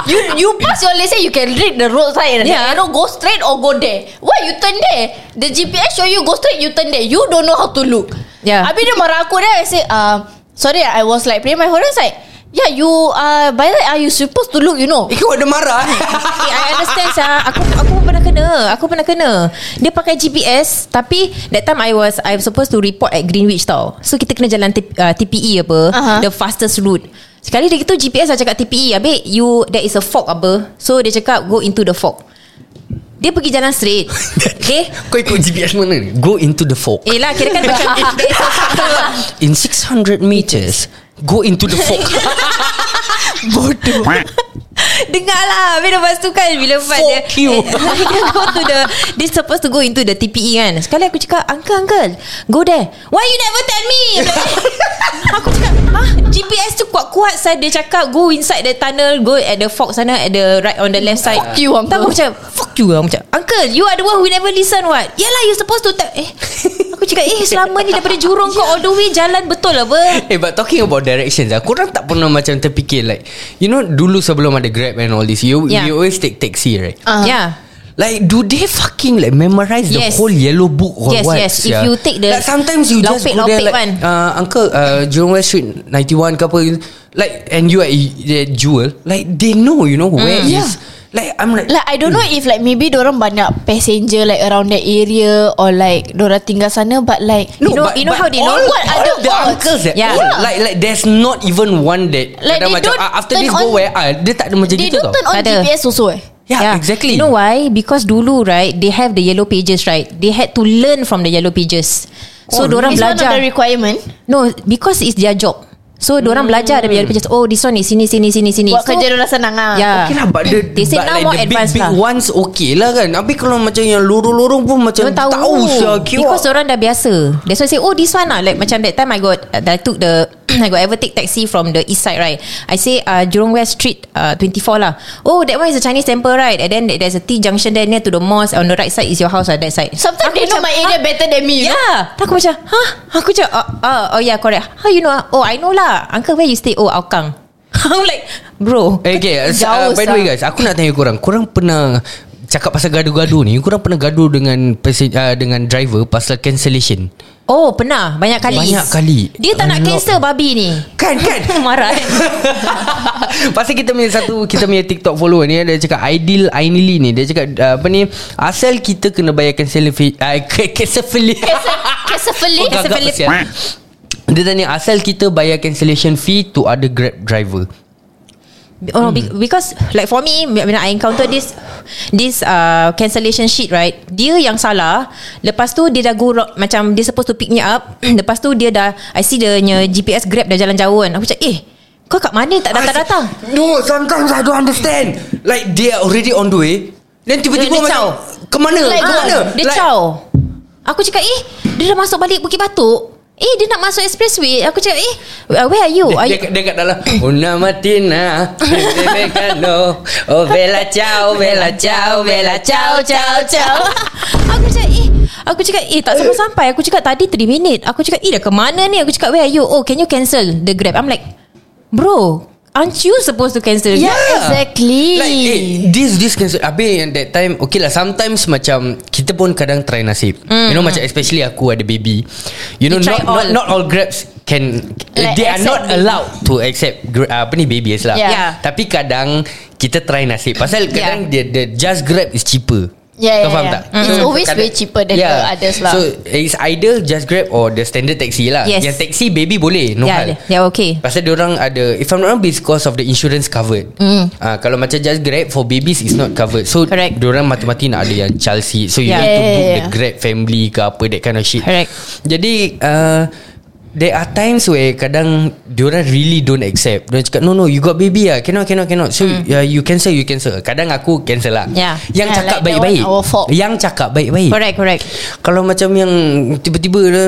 Speaker 3: You you pass your lesson You can read the road sign
Speaker 5: Yeah.
Speaker 3: yeah. The arrow go straight or go there Why you turn there The GPS show you Go straight you turn there You don't know how to look
Speaker 5: Yeah.
Speaker 3: Habis dia marah aku Then I say uh, Sorry I was like Playing my horns like Yeah you uh, By the way Are you supposed to look You know
Speaker 2: Eh kau ada marah
Speaker 5: Eh, I understand sah. Aku aku pun pernah kena. Aku pernah kena. Dia pakai GPS tapi that time I was I was supposed to report at Greenwich tau. So kita kena jalan T, uh, TPE apa,
Speaker 3: Aha.
Speaker 5: uh-huh. the fastest route. Sekali dia gitu GPS dah cakap TPE, habis you there is a fog apa. So dia cakap go into the fog. Dia pergi jalan straight. Okay?
Speaker 2: Kau ikut GPS mana ni? Go into the fog
Speaker 5: Eh lah kira kan macam there is a fog tu. Eh.
Speaker 2: In 600 meters Go into the fog Bodoh
Speaker 5: Dengar lah Habis lepas tu kan Bila Fat dia
Speaker 2: Fuck you.
Speaker 5: eh, Dia go to the They supposed to go into the TPE kan Sekali aku cakap Uncle uncle Go there Why you never tell me Aku cakap Hah GPS tu kuat-kuat saya Dia cakap Go inside the tunnel Go at the fog sana At the right on the left side
Speaker 3: Fuck you,
Speaker 5: Tak,
Speaker 3: uncle.
Speaker 5: aku macam Fuck you lah." Aku macam Uncle you are the one Who never listen what Yalah you supposed to tell Eh Aku cakap Eh selama ni Daripada jurung kau All the way jalan betul apa
Speaker 2: Eh but talking about directions lah Korang tak pernah macam terfikir like You know dulu sebelum ada grab and all this You yeah.
Speaker 5: Yeah.
Speaker 2: you always take taxi right
Speaker 5: uh.
Speaker 3: Ah.
Speaker 5: Yeah
Speaker 2: Like do they fucking like memorize
Speaker 5: Yes.
Speaker 2: the whole yellow book or
Speaker 5: Yes,
Speaker 2: what?
Speaker 5: yes. If
Speaker 2: sia?
Speaker 5: you take the
Speaker 2: like, sometimes you just
Speaker 5: Lopek-
Speaker 2: go there
Speaker 5: Lopek
Speaker 2: like
Speaker 5: one.
Speaker 2: uh, uncle uh, Jurong West Street 91 ke apa like and you at uh, Jewel like they know you know
Speaker 5: Mm.
Speaker 2: where
Speaker 3: Yeah.
Speaker 2: is like I'm like
Speaker 3: Like I don't know if like maybe orang banyak passenger like around that area or like orang tinggal sana but like
Speaker 5: No, You know- you know how they know?
Speaker 2: all,
Speaker 3: What
Speaker 2: all
Speaker 3: other
Speaker 2: the
Speaker 3: odds?
Speaker 2: uncles that
Speaker 5: Yeah.
Speaker 2: yeah.
Speaker 5: Yeah.
Speaker 2: like like there's not even one that
Speaker 3: Like,
Speaker 2: kadang
Speaker 3: they
Speaker 2: macam
Speaker 3: don't
Speaker 2: ah, after
Speaker 3: turn
Speaker 2: this go
Speaker 3: on-
Speaker 2: where ah dia tak ada macam
Speaker 3: they
Speaker 2: gitu
Speaker 3: don't
Speaker 2: tau.
Speaker 3: turn on
Speaker 5: Tak ada.
Speaker 3: GPS also eh.
Speaker 2: yeah, exactly.
Speaker 5: You know why? Because dulu right, they have the yellow pages right. They had to learn from the yellow pages. So oh,
Speaker 2: Oh,
Speaker 5: orang
Speaker 3: It's one of
Speaker 5: belajar.
Speaker 3: the requirement.
Speaker 5: no, because it's their job. So mm. orang belajar dari yellow pages. Oh, this one is sini sini sini sini.
Speaker 3: Buat
Speaker 5: so,
Speaker 3: kerja orang senang ah.
Speaker 5: Yeah.
Speaker 2: Okay lah But, the,
Speaker 5: They say
Speaker 2: but
Speaker 5: now
Speaker 2: like
Speaker 5: more
Speaker 2: the big,
Speaker 5: advanced
Speaker 2: big
Speaker 5: lah.
Speaker 2: ones Okay lah kan Tapi kalau macam yang lorong-lorong pun Macam
Speaker 5: Diorang tahu,
Speaker 2: tahu siya,
Speaker 5: ah, Because orang dah biasa That's why I say Oh this one lah Like macam that time I got I took the I got ever take taxi from the east side, right? I say uh, Jurong West Street uh, 24 lah. Oh, that one is a Chinese temple, right? And then there's a T junction there near to the mosque. On the right side is your house, on that side.
Speaker 3: Sometimes they know my area better than
Speaker 2: Ya.
Speaker 3: me. You know?
Speaker 5: Yeah Eh, Aku macam Hah Aku macam oh, oh, oh yeah correct How you know ah? Oh I know lah Uncle where you stay Oh Aukang I'm like Bro
Speaker 2: Eh, Okay uh,
Speaker 3: Jauh,
Speaker 2: By the way guys
Speaker 3: sah.
Speaker 2: Aku nak tanya korang Korang pernah Cakap pasal gaduh-gaduh ni Korang pernah gaduh dengan pesen- uh, Dengan driver Pasal cancellation
Speaker 5: Oh pernah Banyak kali
Speaker 2: Banyak kali.
Speaker 5: Dia tak
Speaker 2: A
Speaker 5: nak
Speaker 2: lot.
Speaker 5: cancel babi ni
Speaker 2: Kan kan
Speaker 5: Marah eh
Speaker 2: Pasal kita punya satu Kita punya TikTok follower ni Dia cakap Aidil Ainili ni Dia cakap uh, Apa ni Asal kita kena bayar Cancellation uh, Cancellation Oh,
Speaker 3: Casafeli.
Speaker 2: Kau gagap
Speaker 5: Cancellation.
Speaker 2: kesian. Dia tanya Asal kita bayar cancellation fee To other grab driver Hmm.
Speaker 5: Oh, no, be- because like for me when I encounter this this uh, cancellation sheet right, dia yang salah. Lepas tu dia dah go wrong- macam dia supposed to pick me up. Lepas tu dia dah I see the nya GPS Grab dah jalan jauh kan. Aku macam eh kau kat mana tak
Speaker 2: Ah,
Speaker 5: datang-datang?
Speaker 2: No sometimes I don't understand Like they are already on the way Then tiba-tiba
Speaker 5: Dia- dia
Speaker 2: macam
Speaker 5: caw.
Speaker 2: Kemana
Speaker 5: Like,
Speaker 2: Kemana
Speaker 5: ah, Dia
Speaker 2: Like,
Speaker 5: caw Aku cakap eh Dia dah masuk balik Bukit Batok Eh dia nak masuk expressway Aku cakap eh uh, Where are you
Speaker 2: Dia,
Speaker 5: are
Speaker 2: dia,
Speaker 5: you
Speaker 2: dia kat dalam "Oh, Una matina Bebecano Oh bella ciao Bella ciao Bella ciao ciao ciao
Speaker 5: Aku cakap eh Aku cakap eh tak sampai sampai Aku cakap tadi 3 minit Aku cakap eh dah ke mana ni Aku cakap where are you Oh can you cancel the grab I'm like Bro Aren't you supposed to cancel the
Speaker 3: Yeah,
Speaker 5: Grab?"
Speaker 3: exactly.
Speaker 2: Like eh, This this cancel Habis yang that time Okay lah sometimes Macam Kita pun kadang try nasib mm. You know macam Especially aku ada baby You know
Speaker 5: You try
Speaker 2: not, not
Speaker 5: all.
Speaker 2: Not all grabs Can
Speaker 3: Like,
Speaker 2: They are
Speaker 3: accept
Speaker 2: not
Speaker 3: baby.
Speaker 2: allowed To accept gra- Apa ni babies lah
Speaker 3: Yeah.
Speaker 5: Yeah.
Speaker 2: Tapi kadang Kita try nasib Pasal
Speaker 5: Yeah.
Speaker 2: kadang yeah. the, the Just grab is cheaper
Speaker 3: Yeah,
Speaker 2: Kau
Speaker 3: yeah,
Speaker 2: faham
Speaker 3: yeah.
Speaker 2: tak?
Speaker 3: Mm. It's always way cheaper than the others lah.
Speaker 2: So it's either just grab or the standard taxi lah.
Speaker 5: Yes.
Speaker 2: Yang taxi baby boleh, no
Speaker 5: Yeah,
Speaker 2: hal.
Speaker 5: they- they're okay.
Speaker 2: Pasal orang ada If I'm not wrong Because of the insurance covered mm.
Speaker 3: Hmm.
Speaker 2: uh, Kalau macam just grab For babies is not covered So
Speaker 5: Correct.
Speaker 2: orang mati-mati nak ada yang child seat So you
Speaker 5: Yeah.
Speaker 2: need to
Speaker 3: Yeah,
Speaker 2: book
Speaker 3: yeah,
Speaker 2: the
Speaker 3: yeah.
Speaker 2: grab family ke apa That kind of shit
Speaker 5: Correct.
Speaker 2: Jadi uh, There are times where Kadang Diorang really don't accept Diorang cakap No no you got baby lah Cannot cannot cannot So mm. uh, you cancel you cancel Kadang aku cancel lah
Speaker 5: Yeah.
Speaker 2: Yang
Speaker 3: Hmm. Yeah,
Speaker 2: cakap
Speaker 3: like that
Speaker 2: baik-baik
Speaker 3: one our fault.
Speaker 2: Yang cakap baik-baik
Speaker 5: Correct correct
Speaker 2: Kalau macam yang Tiba-tiba dia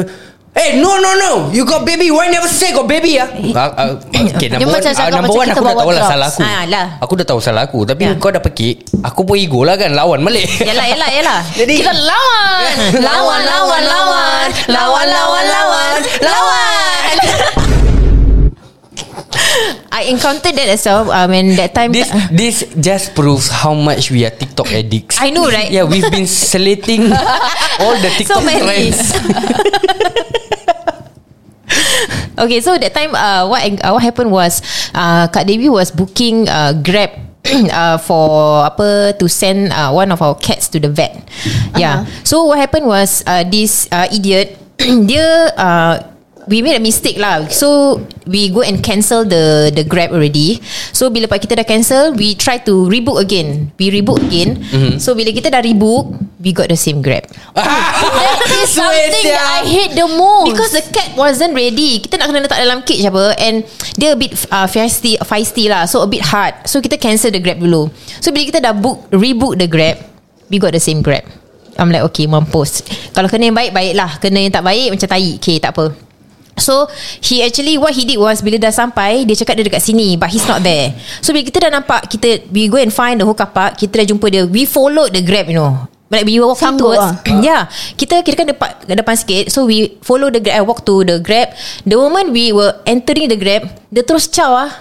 Speaker 2: Eh hey, no no no You got baby Why never say got baby ah? ah, ah okay, number one, ah,
Speaker 3: macam cakap
Speaker 2: number
Speaker 3: macam
Speaker 2: one
Speaker 3: kita
Speaker 2: aku dah
Speaker 3: bawa
Speaker 2: tahu lah
Speaker 3: drugs.
Speaker 2: salah aku
Speaker 5: Ah, lah.
Speaker 2: Aku dah tahu salah aku Tapi
Speaker 5: Ya.
Speaker 2: kau dah pekik Aku pun ego lah kan Lawan balik
Speaker 5: Yalah yalah yalah
Speaker 2: Jadi
Speaker 3: Kita lawan.
Speaker 5: Lawan lawan lawan Lawan lawan lawan Lawan I encountered that as well um, And that time
Speaker 2: This this just proves how much we are TikTok addicts.
Speaker 5: I know, right?
Speaker 2: Yeah, we've been slating all the TikTok
Speaker 5: So many.
Speaker 2: trends.
Speaker 5: Okay, so that time uh, what uh, what happened was uh, Kak Dewi was booking uh, Grab uh, for apa to send uh, one of our cats to the vet. Yeah. So what happened was uh, this uh, idiot dia uh, we made a mistake lah. So we go and cancel the the Grab already. So bila part kita dah cancel, we try to rebook again. We rebook again. So bila kita dah rebook, we got the same Grab.
Speaker 3: That
Speaker 2: Suai
Speaker 3: is something
Speaker 2: sia.
Speaker 3: that I hate the most.
Speaker 5: Because the cat wasn't ready Kita nak kena letak dalam cage apa And dia a bit uh, feisty, feisty lah So a bit hard So kita cancel the grab dulu So bila kita dah book Rebook the grab We got the same grab I'm like okay mampus Kalau kena yang baik Baik lah Kena yang tak baik Macam tai Okay tak apa So he actually What he did was Bila dah sampai Dia cakap dia dekat sini But he's not there So bila kita dah nampak Kita We go and find the whole car park Kita dah jumpa dia We followed the grab you know Like we were walking
Speaker 3: Sanggup
Speaker 5: towards Yeah Kita kira kan depan, depan sikit So we follow the grab I walk to the grab The moment we were entering the grab Dia terus caw ah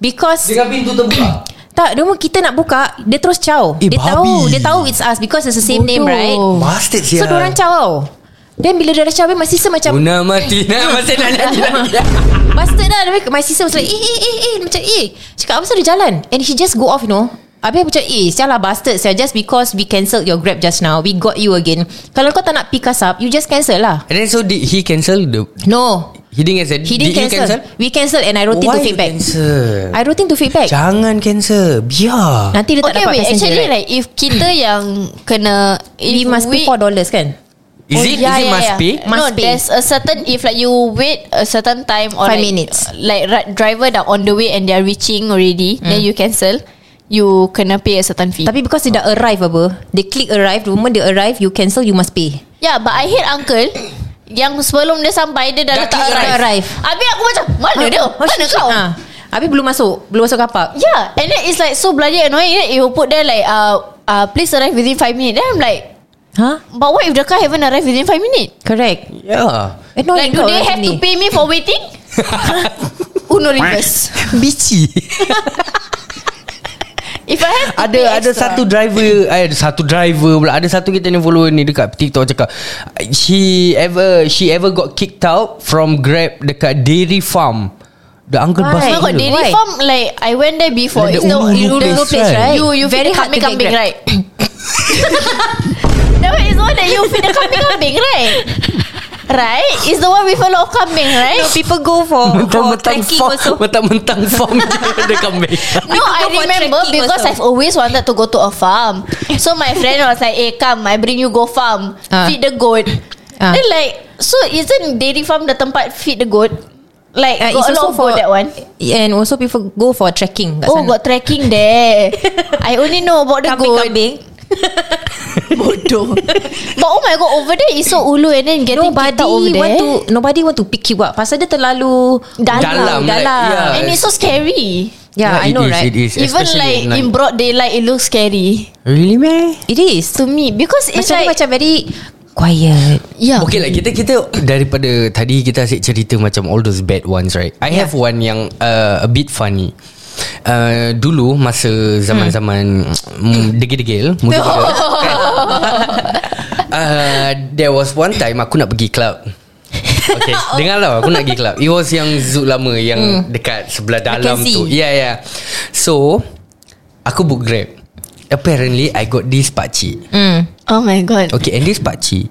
Speaker 5: Because
Speaker 2: Dengan pintu terbuka.
Speaker 5: Tak The moment kita nak buka Dia terus caw
Speaker 2: Eh,
Speaker 5: Dia
Speaker 2: babi.
Speaker 5: tahu Dia tahu it's us Because it's the same name
Speaker 3: Bodoh.
Speaker 5: right
Speaker 2: Bastard
Speaker 5: Oh. So
Speaker 2: sia.
Speaker 5: diorang caw tau Then bila dia dah caw Masih macam
Speaker 2: Una Martina masih nak nyanyi lagi.
Speaker 5: Bastard dah Habis My sister was like Eh eh eh eh Macam eh Cakap apa pasal dia jalan And he just go off you know Habis aku macam Eh sial lah bastard sial. Just because we cancelled your grab just now We got you again Kalau kau tak nak pick us up You just cancel lah
Speaker 2: And then so did he cancel the
Speaker 5: No
Speaker 2: he didn't cancel.
Speaker 5: He didn't
Speaker 2: did You
Speaker 5: cancel.
Speaker 2: cancel?
Speaker 5: We cancel And I wrote in
Speaker 2: Why
Speaker 5: to
Speaker 2: you
Speaker 5: feedback
Speaker 2: cancel?
Speaker 5: I wrote in to feedback
Speaker 2: Jangan cancel. Biar.
Speaker 5: Nanti dia tak
Speaker 3: okay,
Speaker 5: dapat
Speaker 3: wait.
Speaker 5: passenger
Speaker 3: Actually,
Speaker 5: right? Hmm.
Speaker 3: like if kita yang kena,
Speaker 5: We
Speaker 3: if
Speaker 5: must pay
Speaker 3: we-
Speaker 5: four dollars kan
Speaker 2: Is
Speaker 3: Oh,
Speaker 2: it
Speaker 3: yeah,
Speaker 2: is it
Speaker 3: yeah,
Speaker 2: must
Speaker 3: yeah.
Speaker 2: pay?
Speaker 5: Must
Speaker 3: no,
Speaker 5: pay.
Speaker 3: there's a certain if like you wait a certain time or
Speaker 5: Five
Speaker 3: like,
Speaker 5: minutes.
Speaker 3: like ri- driver dah on the way and they're reaching already,
Speaker 2: Hmm.
Speaker 3: then you cancel, you kena pay a certain fee.
Speaker 5: Tapi because dia dah arrive apa They click arrive The moment dia arrive You cancel you must pay
Speaker 3: yeah, but I hate uncle. Yang sebelum dia sampai Dia dah,
Speaker 2: Dah
Speaker 3: letak
Speaker 2: clear
Speaker 3: arrive.
Speaker 5: arrive.
Speaker 3: Habis aku macam Mana dia
Speaker 5: Oh,
Speaker 3: Mana kau Ya.
Speaker 5: shit, shit. Ah. Habis belum masuk Belum masuk kapak
Speaker 3: Yeah And then it's like So bloody annoying Then it will put there like uh, uh, Please arrive within 5 minutes Then I'm like
Speaker 5: Huh?
Speaker 3: But what if the car haven't arrived within 5 minutes?
Speaker 5: Correct
Speaker 2: Yeah
Speaker 3: Like
Speaker 5: Annoying
Speaker 3: do
Speaker 5: kau
Speaker 3: they
Speaker 5: macam
Speaker 3: have to
Speaker 5: ni.
Speaker 3: pay me for waiting? Uno reverse
Speaker 2: Bici
Speaker 3: If I have to
Speaker 2: Ada
Speaker 3: pay
Speaker 2: ada
Speaker 3: extra.
Speaker 2: satu driver eh, Ada satu driver pula Ada satu kita ni follower ni Dekat TikTok cakap She ever She ever got kicked out From Grab Dekat Dairy Farm The uncle
Speaker 5: Why?
Speaker 2: bus
Speaker 3: Oh my god,
Speaker 5: Why?
Speaker 3: dairy farm like I went there before.
Speaker 2: The
Speaker 3: It's the
Speaker 2: ulu
Speaker 3: ulu
Speaker 2: place,
Speaker 5: place, right?
Speaker 3: You you
Speaker 5: Very
Speaker 3: feed the
Speaker 5: hard to
Speaker 3: kambing kambing
Speaker 5: get grab.
Speaker 3: right? that one is the one that you feed the kambing kambing right? Right? It's the one with a lot of kambing right?
Speaker 5: No, people go for, for
Speaker 2: Mentang-mentang
Speaker 5: trekking
Speaker 2: farm
Speaker 5: also.
Speaker 2: Mentang-mentang farm je Dekat Mac
Speaker 3: No, I
Speaker 5: go for
Speaker 3: remember
Speaker 5: trekking
Speaker 3: because
Speaker 5: also.
Speaker 3: I've always wanted to go to a farm. So my friend was like, "Hey, come, I bring you go farm,
Speaker 5: Ah.
Speaker 3: feed the goat."
Speaker 5: Ah.
Speaker 3: Then like, so isn't dairy farm the tempat feed the goat? Like,
Speaker 5: Uh,
Speaker 3: got a lot of goat that one.
Speaker 5: And also people go for trekking kat
Speaker 3: Oh,
Speaker 5: sana.
Speaker 3: got trekking there. I only know about the goat.
Speaker 5: Kambing-kambing
Speaker 3: Bodoh But oh my god Over there is so ulu And then getting
Speaker 5: Nobody
Speaker 3: kicked out over there
Speaker 5: want to Nobody want to pick you up Pasal dia terlalu
Speaker 3: Dalam,
Speaker 2: Dalam, like,
Speaker 5: dalam.
Speaker 2: yeah.
Speaker 3: And it's so scary
Speaker 5: Yeah, I
Speaker 2: it
Speaker 5: know
Speaker 2: is,
Speaker 5: right
Speaker 2: It is
Speaker 3: Even
Speaker 2: Especially
Speaker 3: like,
Speaker 2: at
Speaker 3: In
Speaker 2: night.
Speaker 3: broad daylight It looks scary
Speaker 2: Really meh
Speaker 5: It is
Speaker 3: To me Because it's
Speaker 5: Macam
Speaker 3: like
Speaker 5: dia macam very Quiet
Speaker 3: Yeah
Speaker 2: Okay lah kita kita daripada tadi kita asyik cerita macam all those bad ones right. I yeah. have one yang uh, a bit funny. Uh, dulu masa zaman-zaman mm, degil-degil muda no. kan? uh, there was one time aku nak pergi club. Okay, dengar lah aku nak pergi club. It was yang zoo lama yang dekat sebelah dalam
Speaker 5: Mackenzie.
Speaker 2: tu. Yeah, yeah. So aku book Grab. Apparently I got this pakcik.
Speaker 5: mm.
Speaker 3: Oh my god
Speaker 2: Okay and this pakcik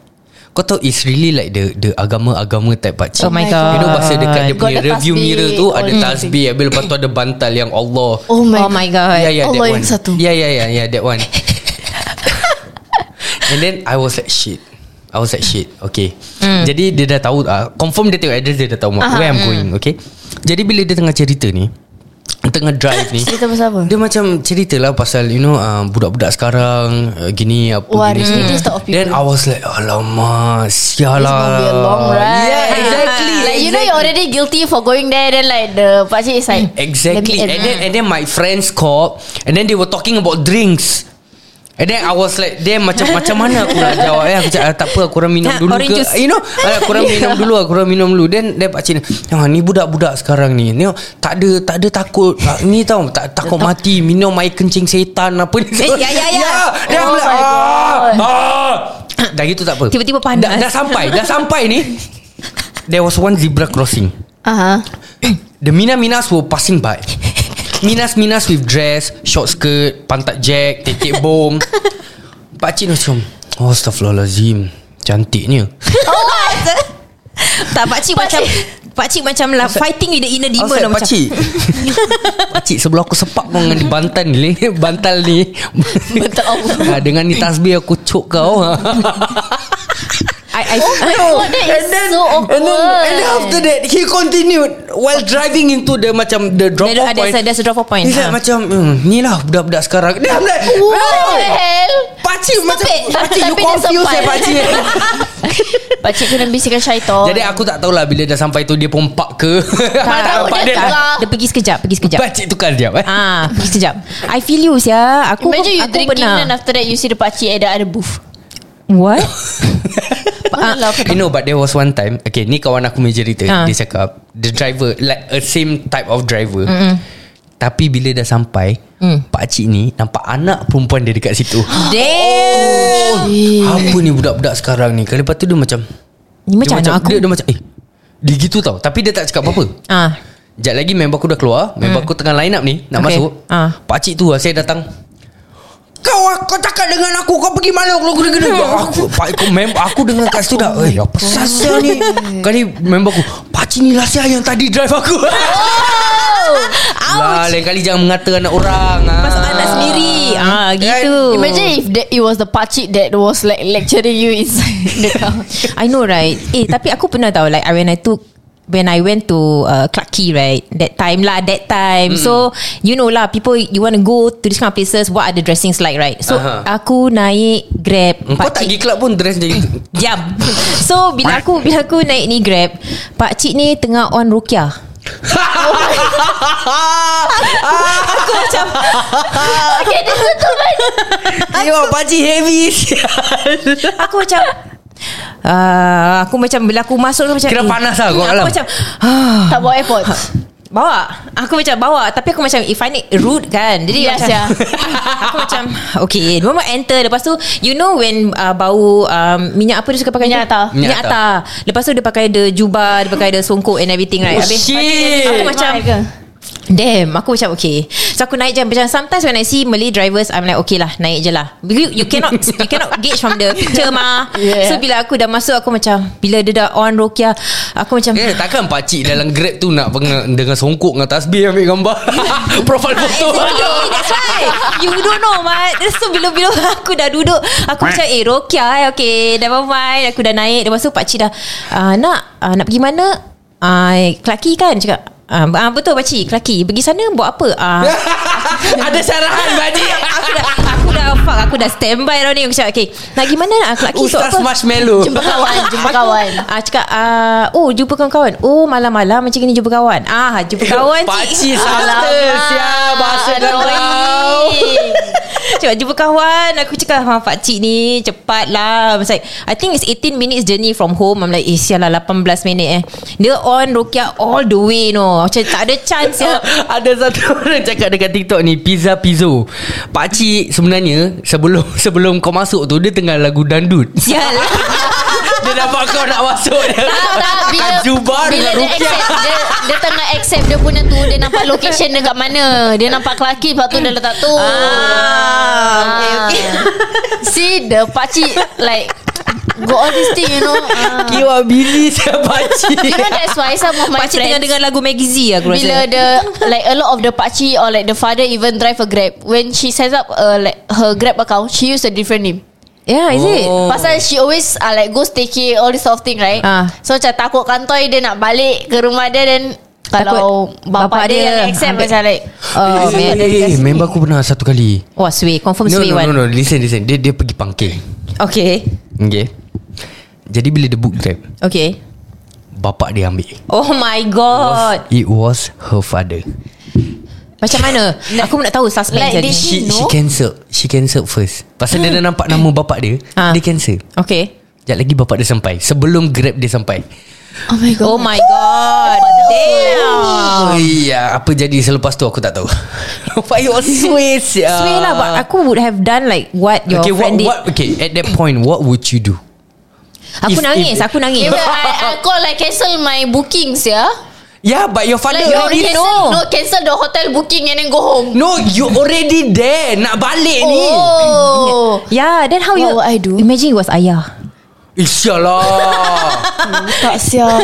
Speaker 2: Kau tahu it's really like the the agama-agama type pakcik
Speaker 5: Oh my God.
Speaker 2: You know bahasa dekat dia
Speaker 5: Got
Speaker 2: punya
Speaker 3: the
Speaker 2: review
Speaker 3: tasbih, Oh,
Speaker 2: mirror tu
Speaker 3: all
Speaker 2: Ada
Speaker 3: that
Speaker 2: tasbih Habis lepas tu ada bantal yang Allah
Speaker 3: Oh my,
Speaker 5: Oh my god
Speaker 2: Yeah yeah that
Speaker 3: Allah yang
Speaker 2: one Ya,
Speaker 3: satu.
Speaker 2: Yeah yeah yeah yeah that one And then I was like shit I was like shit Okay
Speaker 3: Hmm.
Speaker 2: Jadi dia dah tahu ah, Confirm dia tengok address Dia dah tahu uh Where I'm going Okay Jadi bila dia tengah cerita ni Tengah drive ni
Speaker 3: Cerita pasal apa?
Speaker 2: Dia macam cerita lah Pasal you know uh, Budak-budak sekarang uh, Gini apa
Speaker 3: Wah,
Speaker 2: gini,
Speaker 3: really
Speaker 2: semua.
Speaker 3: this type of people.
Speaker 2: Then I was like Alamak Sialah
Speaker 3: It's gonna be a long ride
Speaker 2: Yeah exactly
Speaker 3: Like you know
Speaker 2: exactly. Mm,
Speaker 3: you're already guilty For going there Then like the Pakcik is like
Speaker 2: Exactly.
Speaker 3: let me-
Speaker 2: And then and then my friends called and then they were talking about drinks. And then I was like Dia macam macam mana aku nak jawab eh? Aku cakap "Ah, tak apa Aku orang minum
Speaker 5: Nak
Speaker 2: dulu
Speaker 5: orange
Speaker 2: ke
Speaker 5: juice.
Speaker 2: You know Alah, Aku orang minum dulu Aku orang minum dulu Then dia pakcik ni ah, Ni budak-budak sekarang ni Ni tak ada Tak ada takut ah, Ni tau tak, Takut mati Minum air kencing setan Apa ni
Speaker 5: Eh, ya, ya, ya.
Speaker 2: Dia like,
Speaker 3: Oh my
Speaker 2: ah, ah. Dah gitu tak apa
Speaker 5: Tiba-tiba panas.
Speaker 2: dah, dah sampai Dah sampai ni There was one zebra crossing
Speaker 3: Uh-huh.
Speaker 2: The Mina Minas were passing by. Minas Minas with dress, short skirt, pantat jack, tetek bom. Pakcik macam, oh astaghfirullahalazim. Cantiknya.
Speaker 5: Tak pakcik macam Pakcik macam lah Fighting with the inner
Speaker 2: I
Speaker 5: demon
Speaker 2: was like,
Speaker 5: lah, macam,
Speaker 2: pakcik. pakcik sebelum aku sepak kau dengan bantal ni. le- Bantal ni. Bantal apa? dengan ni tasbih aku cuk kau.
Speaker 5: I, I,
Speaker 3: Oh, that is so awkward.
Speaker 2: And then, and then after that He continued While driving into the Macam the drop
Speaker 5: There-
Speaker 2: off
Speaker 5: there's
Speaker 2: point
Speaker 5: a- there's a drop off point,
Speaker 2: He's like
Speaker 5: ha.
Speaker 2: macam hmm, Ni lah budak-budak sekarang Then I'm like
Speaker 3: What the
Speaker 2: no.
Speaker 3: hell?
Speaker 2: Pakcik macam
Speaker 3: it.
Speaker 2: Pakcik you
Speaker 3: Tapi dia
Speaker 2: confuse
Speaker 3: sempat.
Speaker 2: eh pakcik
Speaker 3: Pakcik kena bisikan syaitan.
Speaker 2: Jadi aku tak tahulah Bila dah sampai tu Dia pun park ke
Speaker 5: tak,
Speaker 3: tahu,
Speaker 2: Nampak
Speaker 3: dia
Speaker 2: dia
Speaker 3: tak-
Speaker 2: dah-
Speaker 5: Dia pergi sekejap Pergi sekejap
Speaker 2: Pakcik tukar jap eh
Speaker 5: Ah, pergi sekejap I feel you sia Aku
Speaker 3: Imagine you
Speaker 5: aku
Speaker 3: drinking
Speaker 5: pernah.
Speaker 3: and after Oh. that you see the pakcik at the other booth.
Speaker 5: What?
Speaker 3: Malah
Speaker 2: You know but there was one time Okay ni kawan aku punya cerita
Speaker 5: Ah.
Speaker 2: Dia cakap The driver Like a same type of driver Tapi bila dah sampai mm. Pakcik ni Nampak anak perempuan dia dekat situ
Speaker 5: Damn
Speaker 2: Apa ni budak-budak sekarang ni Kali lepas tu dia macam
Speaker 5: Ni macam
Speaker 2: dia macam,
Speaker 5: anak aku
Speaker 2: dia, dia macam Eh Dia gitu tau Tapi dia tak cakap apa-apa
Speaker 5: Ah,
Speaker 2: Sekejap lagi member aku dah keluar Member aku tengah line up ni Nak
Speaker 5: Hmm.
Speaker 2: okay.
Speaker 5: Okay.
Speaker 2: masuk
Speaker 5: Ah.
Speaker 2: Pakcik tu lah saya datang kau ah, kau cakap dengan aku kau pergi mana kau kena kena
Speaker 5: Hmm.
Speaker 2: aku pak aku member aku dengan kat situ dah eh apa sasya ni
Speaker 5: Hmm.
Speaker 2: kali member aku pakcik ni lah sia yang tadi drive aku lah lain kali jangan mengata anak orang ah.
Speaker 5: Pasal anak sendiri Ah, gitu
Speaker 3: Imagine if that, it was the pakcik that was like lecturing you inside the car.
Speaker 5: I know right Eh tapi aku pernah tahu Like I- when I took when I went to uh, Clarke Quay right that time lah that time mm. so
Speaker 2: Hmm.
Speaker 5: you know lah people you want to go to this kind of places what are the dressings like right so
Speaker 2: Aha.
Speaker 5: uh-huh. aku naik grab
Speaker 2: Kau tak
Speaker 5: pakcik-
Speaker 2: pergi club pun dress jadi
Speaker 5: Jam So bila aku Bila aku naik ni grab Pakcik ni tengah on Rukia Aku macam
Speaker 3: Okay this is too much
Speaker 2: Yo pakcik heavy
Speaker 5: Aku macam uh, Aku macam Bila aku masuk tu macam eh,
Speaker 2: Kira panas lah kau
Speaker 5: Aku
Speaker 2: dalam.
Speaker 5: macam ah,
Speaker 3: Tak bawa airpods
Speaker 5: Bawa Aku macam bawa Tapi aku macam If I need rude kan Jadi
Speaker 3: Yes,
Speaker 5: macam
Speaker 3: yeah.
Speaker 5: Aku macam Okay Dia enter Lepas tu You know when uh, Bau um, Minyak apa dia suka pakai
Speaker 3: Minyak
Speaker 5: tu?
Speaker 3: atar.
Speaker 5: Minyak
Speaker 2: Minyak
Speaker 5: atar Lepas tu dia pakai The jubah Dia pakai the songkok And everything right
Speaker 2: Oh, shit.
Speaker 5: Aku macam
Speaker 3: Mahal ke?
Speaker 5: Damn Aku macam okay So aku naik je Macam sometimes when I see Malay drivers I'm like okay lah Naik je lah you, you cannot You cannot gauge from the picture mah
Speaker 3: Yeah.
Speaker 5: yeah. So bila aku dah masuk Aku macam Bila dia dah on Rokia Aku macam
Speaker 2: Eh takkan pakcik dalam grab tu Nak peng- dengan songkok Dengan tasbih ambil gambar Profile foto
Speaker 5: Exactly, eh, That's why You don't know Mat So bila-bila aku dah duduk Aku macam Eh Rokia eh Okay never mind Aku dah naik Lepas tu pakcik dah ah, Nak ah, Nak pergi mana ah, Clarke Quay kan Cakap ah, ah, Betul pakcik Clarke Quay. Pergi sana buat apa ah,
Speaker 2: Ada syarahan pakcik
Speaker 5: Aku dah Aku dah fuck, Aku dah standby tau ni Aku cakap okay Nak pergi mana nak Clarke Quay untuk
Speaker 2: Ustaz
Speaker 5: apa
Speaker 2: Marshmallow
Speaker 3: Jumpa kawan Jumpa kawan
Speaker 5: Ah cakap ah, Oh jumpa kawan-kawan Oh malam-malam macam ni jumpa kawan Ah jumpa kawan cik
Speaker 2: Pakcik salah Siap Bahasa kau
Speaker 5: Cakap jumpa kawan Aku cakap ha, Pakcik ni Cepat lah I was like, I think it's 18 minutes journey from home I'm like Eh sial lah 18 minit eh Dia on Rokia all the way no Macam tak ada chance ya.
Speaker 2: Ada satu orang cakap dekat TikTok ni Pizza Pizzo Pakcik sebenarnya Sebelum sebelum kau masuk tu Dia tengah lagu dandut
Speaker 5: Sial
Speaker 2: Dia nampak kau nak masuk dia
Speaker 3: Tak, tak, bila,
Speaker 2: Jubar dengan
Speaker 3: bila dia
Speaker 2: rupiah
Speaker 3: accept dia, dia tengah accept dia punya tu Dia nampak location dekat mana Dia nampak kelaki Lepas tu dia letak tu ah,
Speaker 5: okay, okay.
Speaker 3: See the pakcik Like Go all this thing you know ah.
Speaker 2: Kiwa bili saya
Speaker 3: You
Speaker 2: pakcik
Speaker 3: know that's why Some of my
Speaker 5: Pakcik tengah
Speaker 3: friends
Speaker 5: dengar lagu Maggie Z aku rasa
Speaker 3: Bila the Like a lot of the pakcik Or like the father Even drive a grab When she sets up uh, like Her grab account She use a different name
Speaker 5: Yeah is it
Speaker 2: Oh.
Speaker 3: Pasal she always uh, Like go staycay All this sort of thing right
Speaker 5: Ah.
Speaker 3: So macam takut kantoi Dia nak balik ke rumah dia Then Kalau
Speaker 5: bapak
Speaker 3: Bapak dia,
Speaker 5: dia
Speaker 3: yang accept
Speaker 5: ambil-
Speaker 3: Macam like
Speaker 5: Oh
Speaker 2: Eh,
Speaker 5: man
Speaker 2: eh, eh, member aku pernah satu kali
Speaker 5: Wah Oh, sway Confirm
Speaker 2: No
Speaker 5: sway
Speaker 2: no
Speaker 5: one
Speaker 2: no no Listen listen Dia dia pergi pangking
Speaker 5: Okay
Speaker 2: Okay Jadi bila dia book grab
Speaker 5: Okay
Speaker 2: Bapak dia ambil
Speaker 5: Oh my god
Speaker 2: It was her father
Speaker 5: Macam mana Aku nak tahu suspense
Speaker 3: Like,
Speaker 5: jadi
Speaker 3: did
Speaker 2: She
Speaker 3: No.
Speaker 2: she cancel She cancel first Pasal dia dah nampak nama bapak dia
Speaker 5: Ah.
Speaker 2: Dia cancel
Speaker 5: Okay
Speaker 2: Sekejap lagi bapak dia sampai Sebelum grab dia sampai
Speaker 3: Oh my god
Speaker 5: Oh my god Damn
Speaker 2: Oh iya Apa jadi selepas tu aku tak tahu But it was sweet
Speaker 5: Sway lah But aku would have done like What your
Speaker 2: Okay what,
Speaker 5: friend
Speaker 2: what Okay at that point What would you do
Speaker 5: did
Speaker 2: if-
Speaker 5: Aku nangis
Speaker 2: if-
Speaker 5: Aku nangis
Speaker 3: Even I, I call like cancel my bookings ya.
Speaker 2: Yeah but your father
Speaker 3: Like
Speaker 2: like
Speaker 3: you
Speaker 2: already
Speaker 3: cancel,
Speaker 2: know
Speaker 3: no cancel the hotel booking and then go home.
Speaker 2: No you already there Nak balik ni
Speaker 3: Oh,
Speaker 5: Yeah Ya, then how
Speaker 3: What
Speaker 5: you
Speaker 3: would I do?
Speaker 5: Imagine it was ayah
Speaker 2: Isyalah
Speaker 3: tak siap.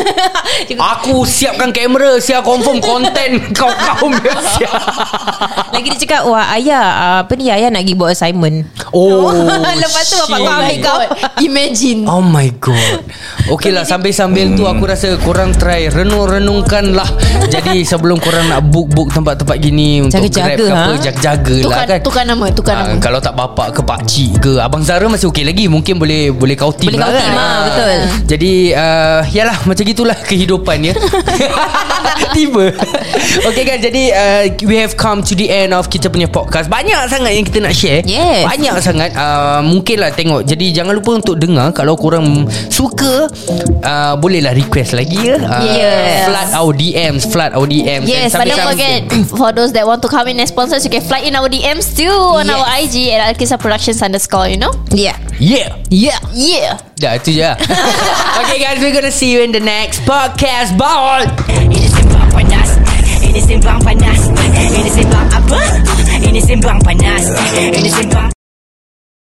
Speaker 2: Aku siapkan kamera Siap confirm content Kau-kau biasa
Speaker 3: Ah.
Speaker 5: Lagi dia cakap Wah ayah uh, Apa ni ayah nak pergi buat assignment
Speaker 2: Oh
Speaker 5: Lepas tu bapak
Speaker 2: shit.
Speaker 5: kau ambil kau
Speaker 3: Imagine.
Speaker 2: Oh my god Okay lah sambil-sambil tu Aku rasa korang try Renung-renungkan lah Jadi sebelum korang nak book-book Tempat-tempat gini Untuk grab
Speaker 5: Jaga-jaga,
Speaker 2: ke apa
Speaker 5: ha?
Speaker 2: Jaga-jaga lah
Speaker 3: Tukar,
Speaker 2: kan
Speaker 3: tukar nama, tukar
Speaker 2: Ah,
Speaker 3: nama.
Speaker 2: Kalau tak bapak ke pakcik ke Abang Zara masih okey lagi Mungkin boleh Boleh kau team
Speaker 5: Boleh
Speaker 2: lah
Speaker 5: kau
Speaker 2: kan?
Speaker 5: team, ha,
Speaker 2: Ah.
Speaker 5: betul.
Speaker 2: Jadi uh, Yalah macam gitulah Kehidupan ya Tiba Okay guys Jadi uh, We have come to the end Of kita punya podcast Banyak sangat yang kita nak share Banyak
Speaker 5: Yes.
Speaker 2: banyak sangat uh, Mungkin lah tengok Jadi jangan lupa untuk dengar Kalau korang suka uh, Bolehlah request lagi ya uh,
Speaker 5: Yes.
Speaker 2: Flood our DMs Flood our DMs
Speaker 3: Yes,
Speaker 2: And
Speaker 3: but don't
Speaker 2: sambil-sambil- Hmm.
Speaker 3: forget for those that want to come in as sponsors, you can fly in our DMs too on our IG at Alkisa Productions underscore. You know.
Speaker 5: Yeah
Speaker 2: Yeah
Speaker 5: Yeah
Speaker 3: Yeah.
Speaker 2: Dah itu je lah. Okay guys We're gonna see you in the next podcast Bye
Speaker 4: Ini sembang panas Ini sembang panas Ini sembang apa? Ini sembang panas Ini sembang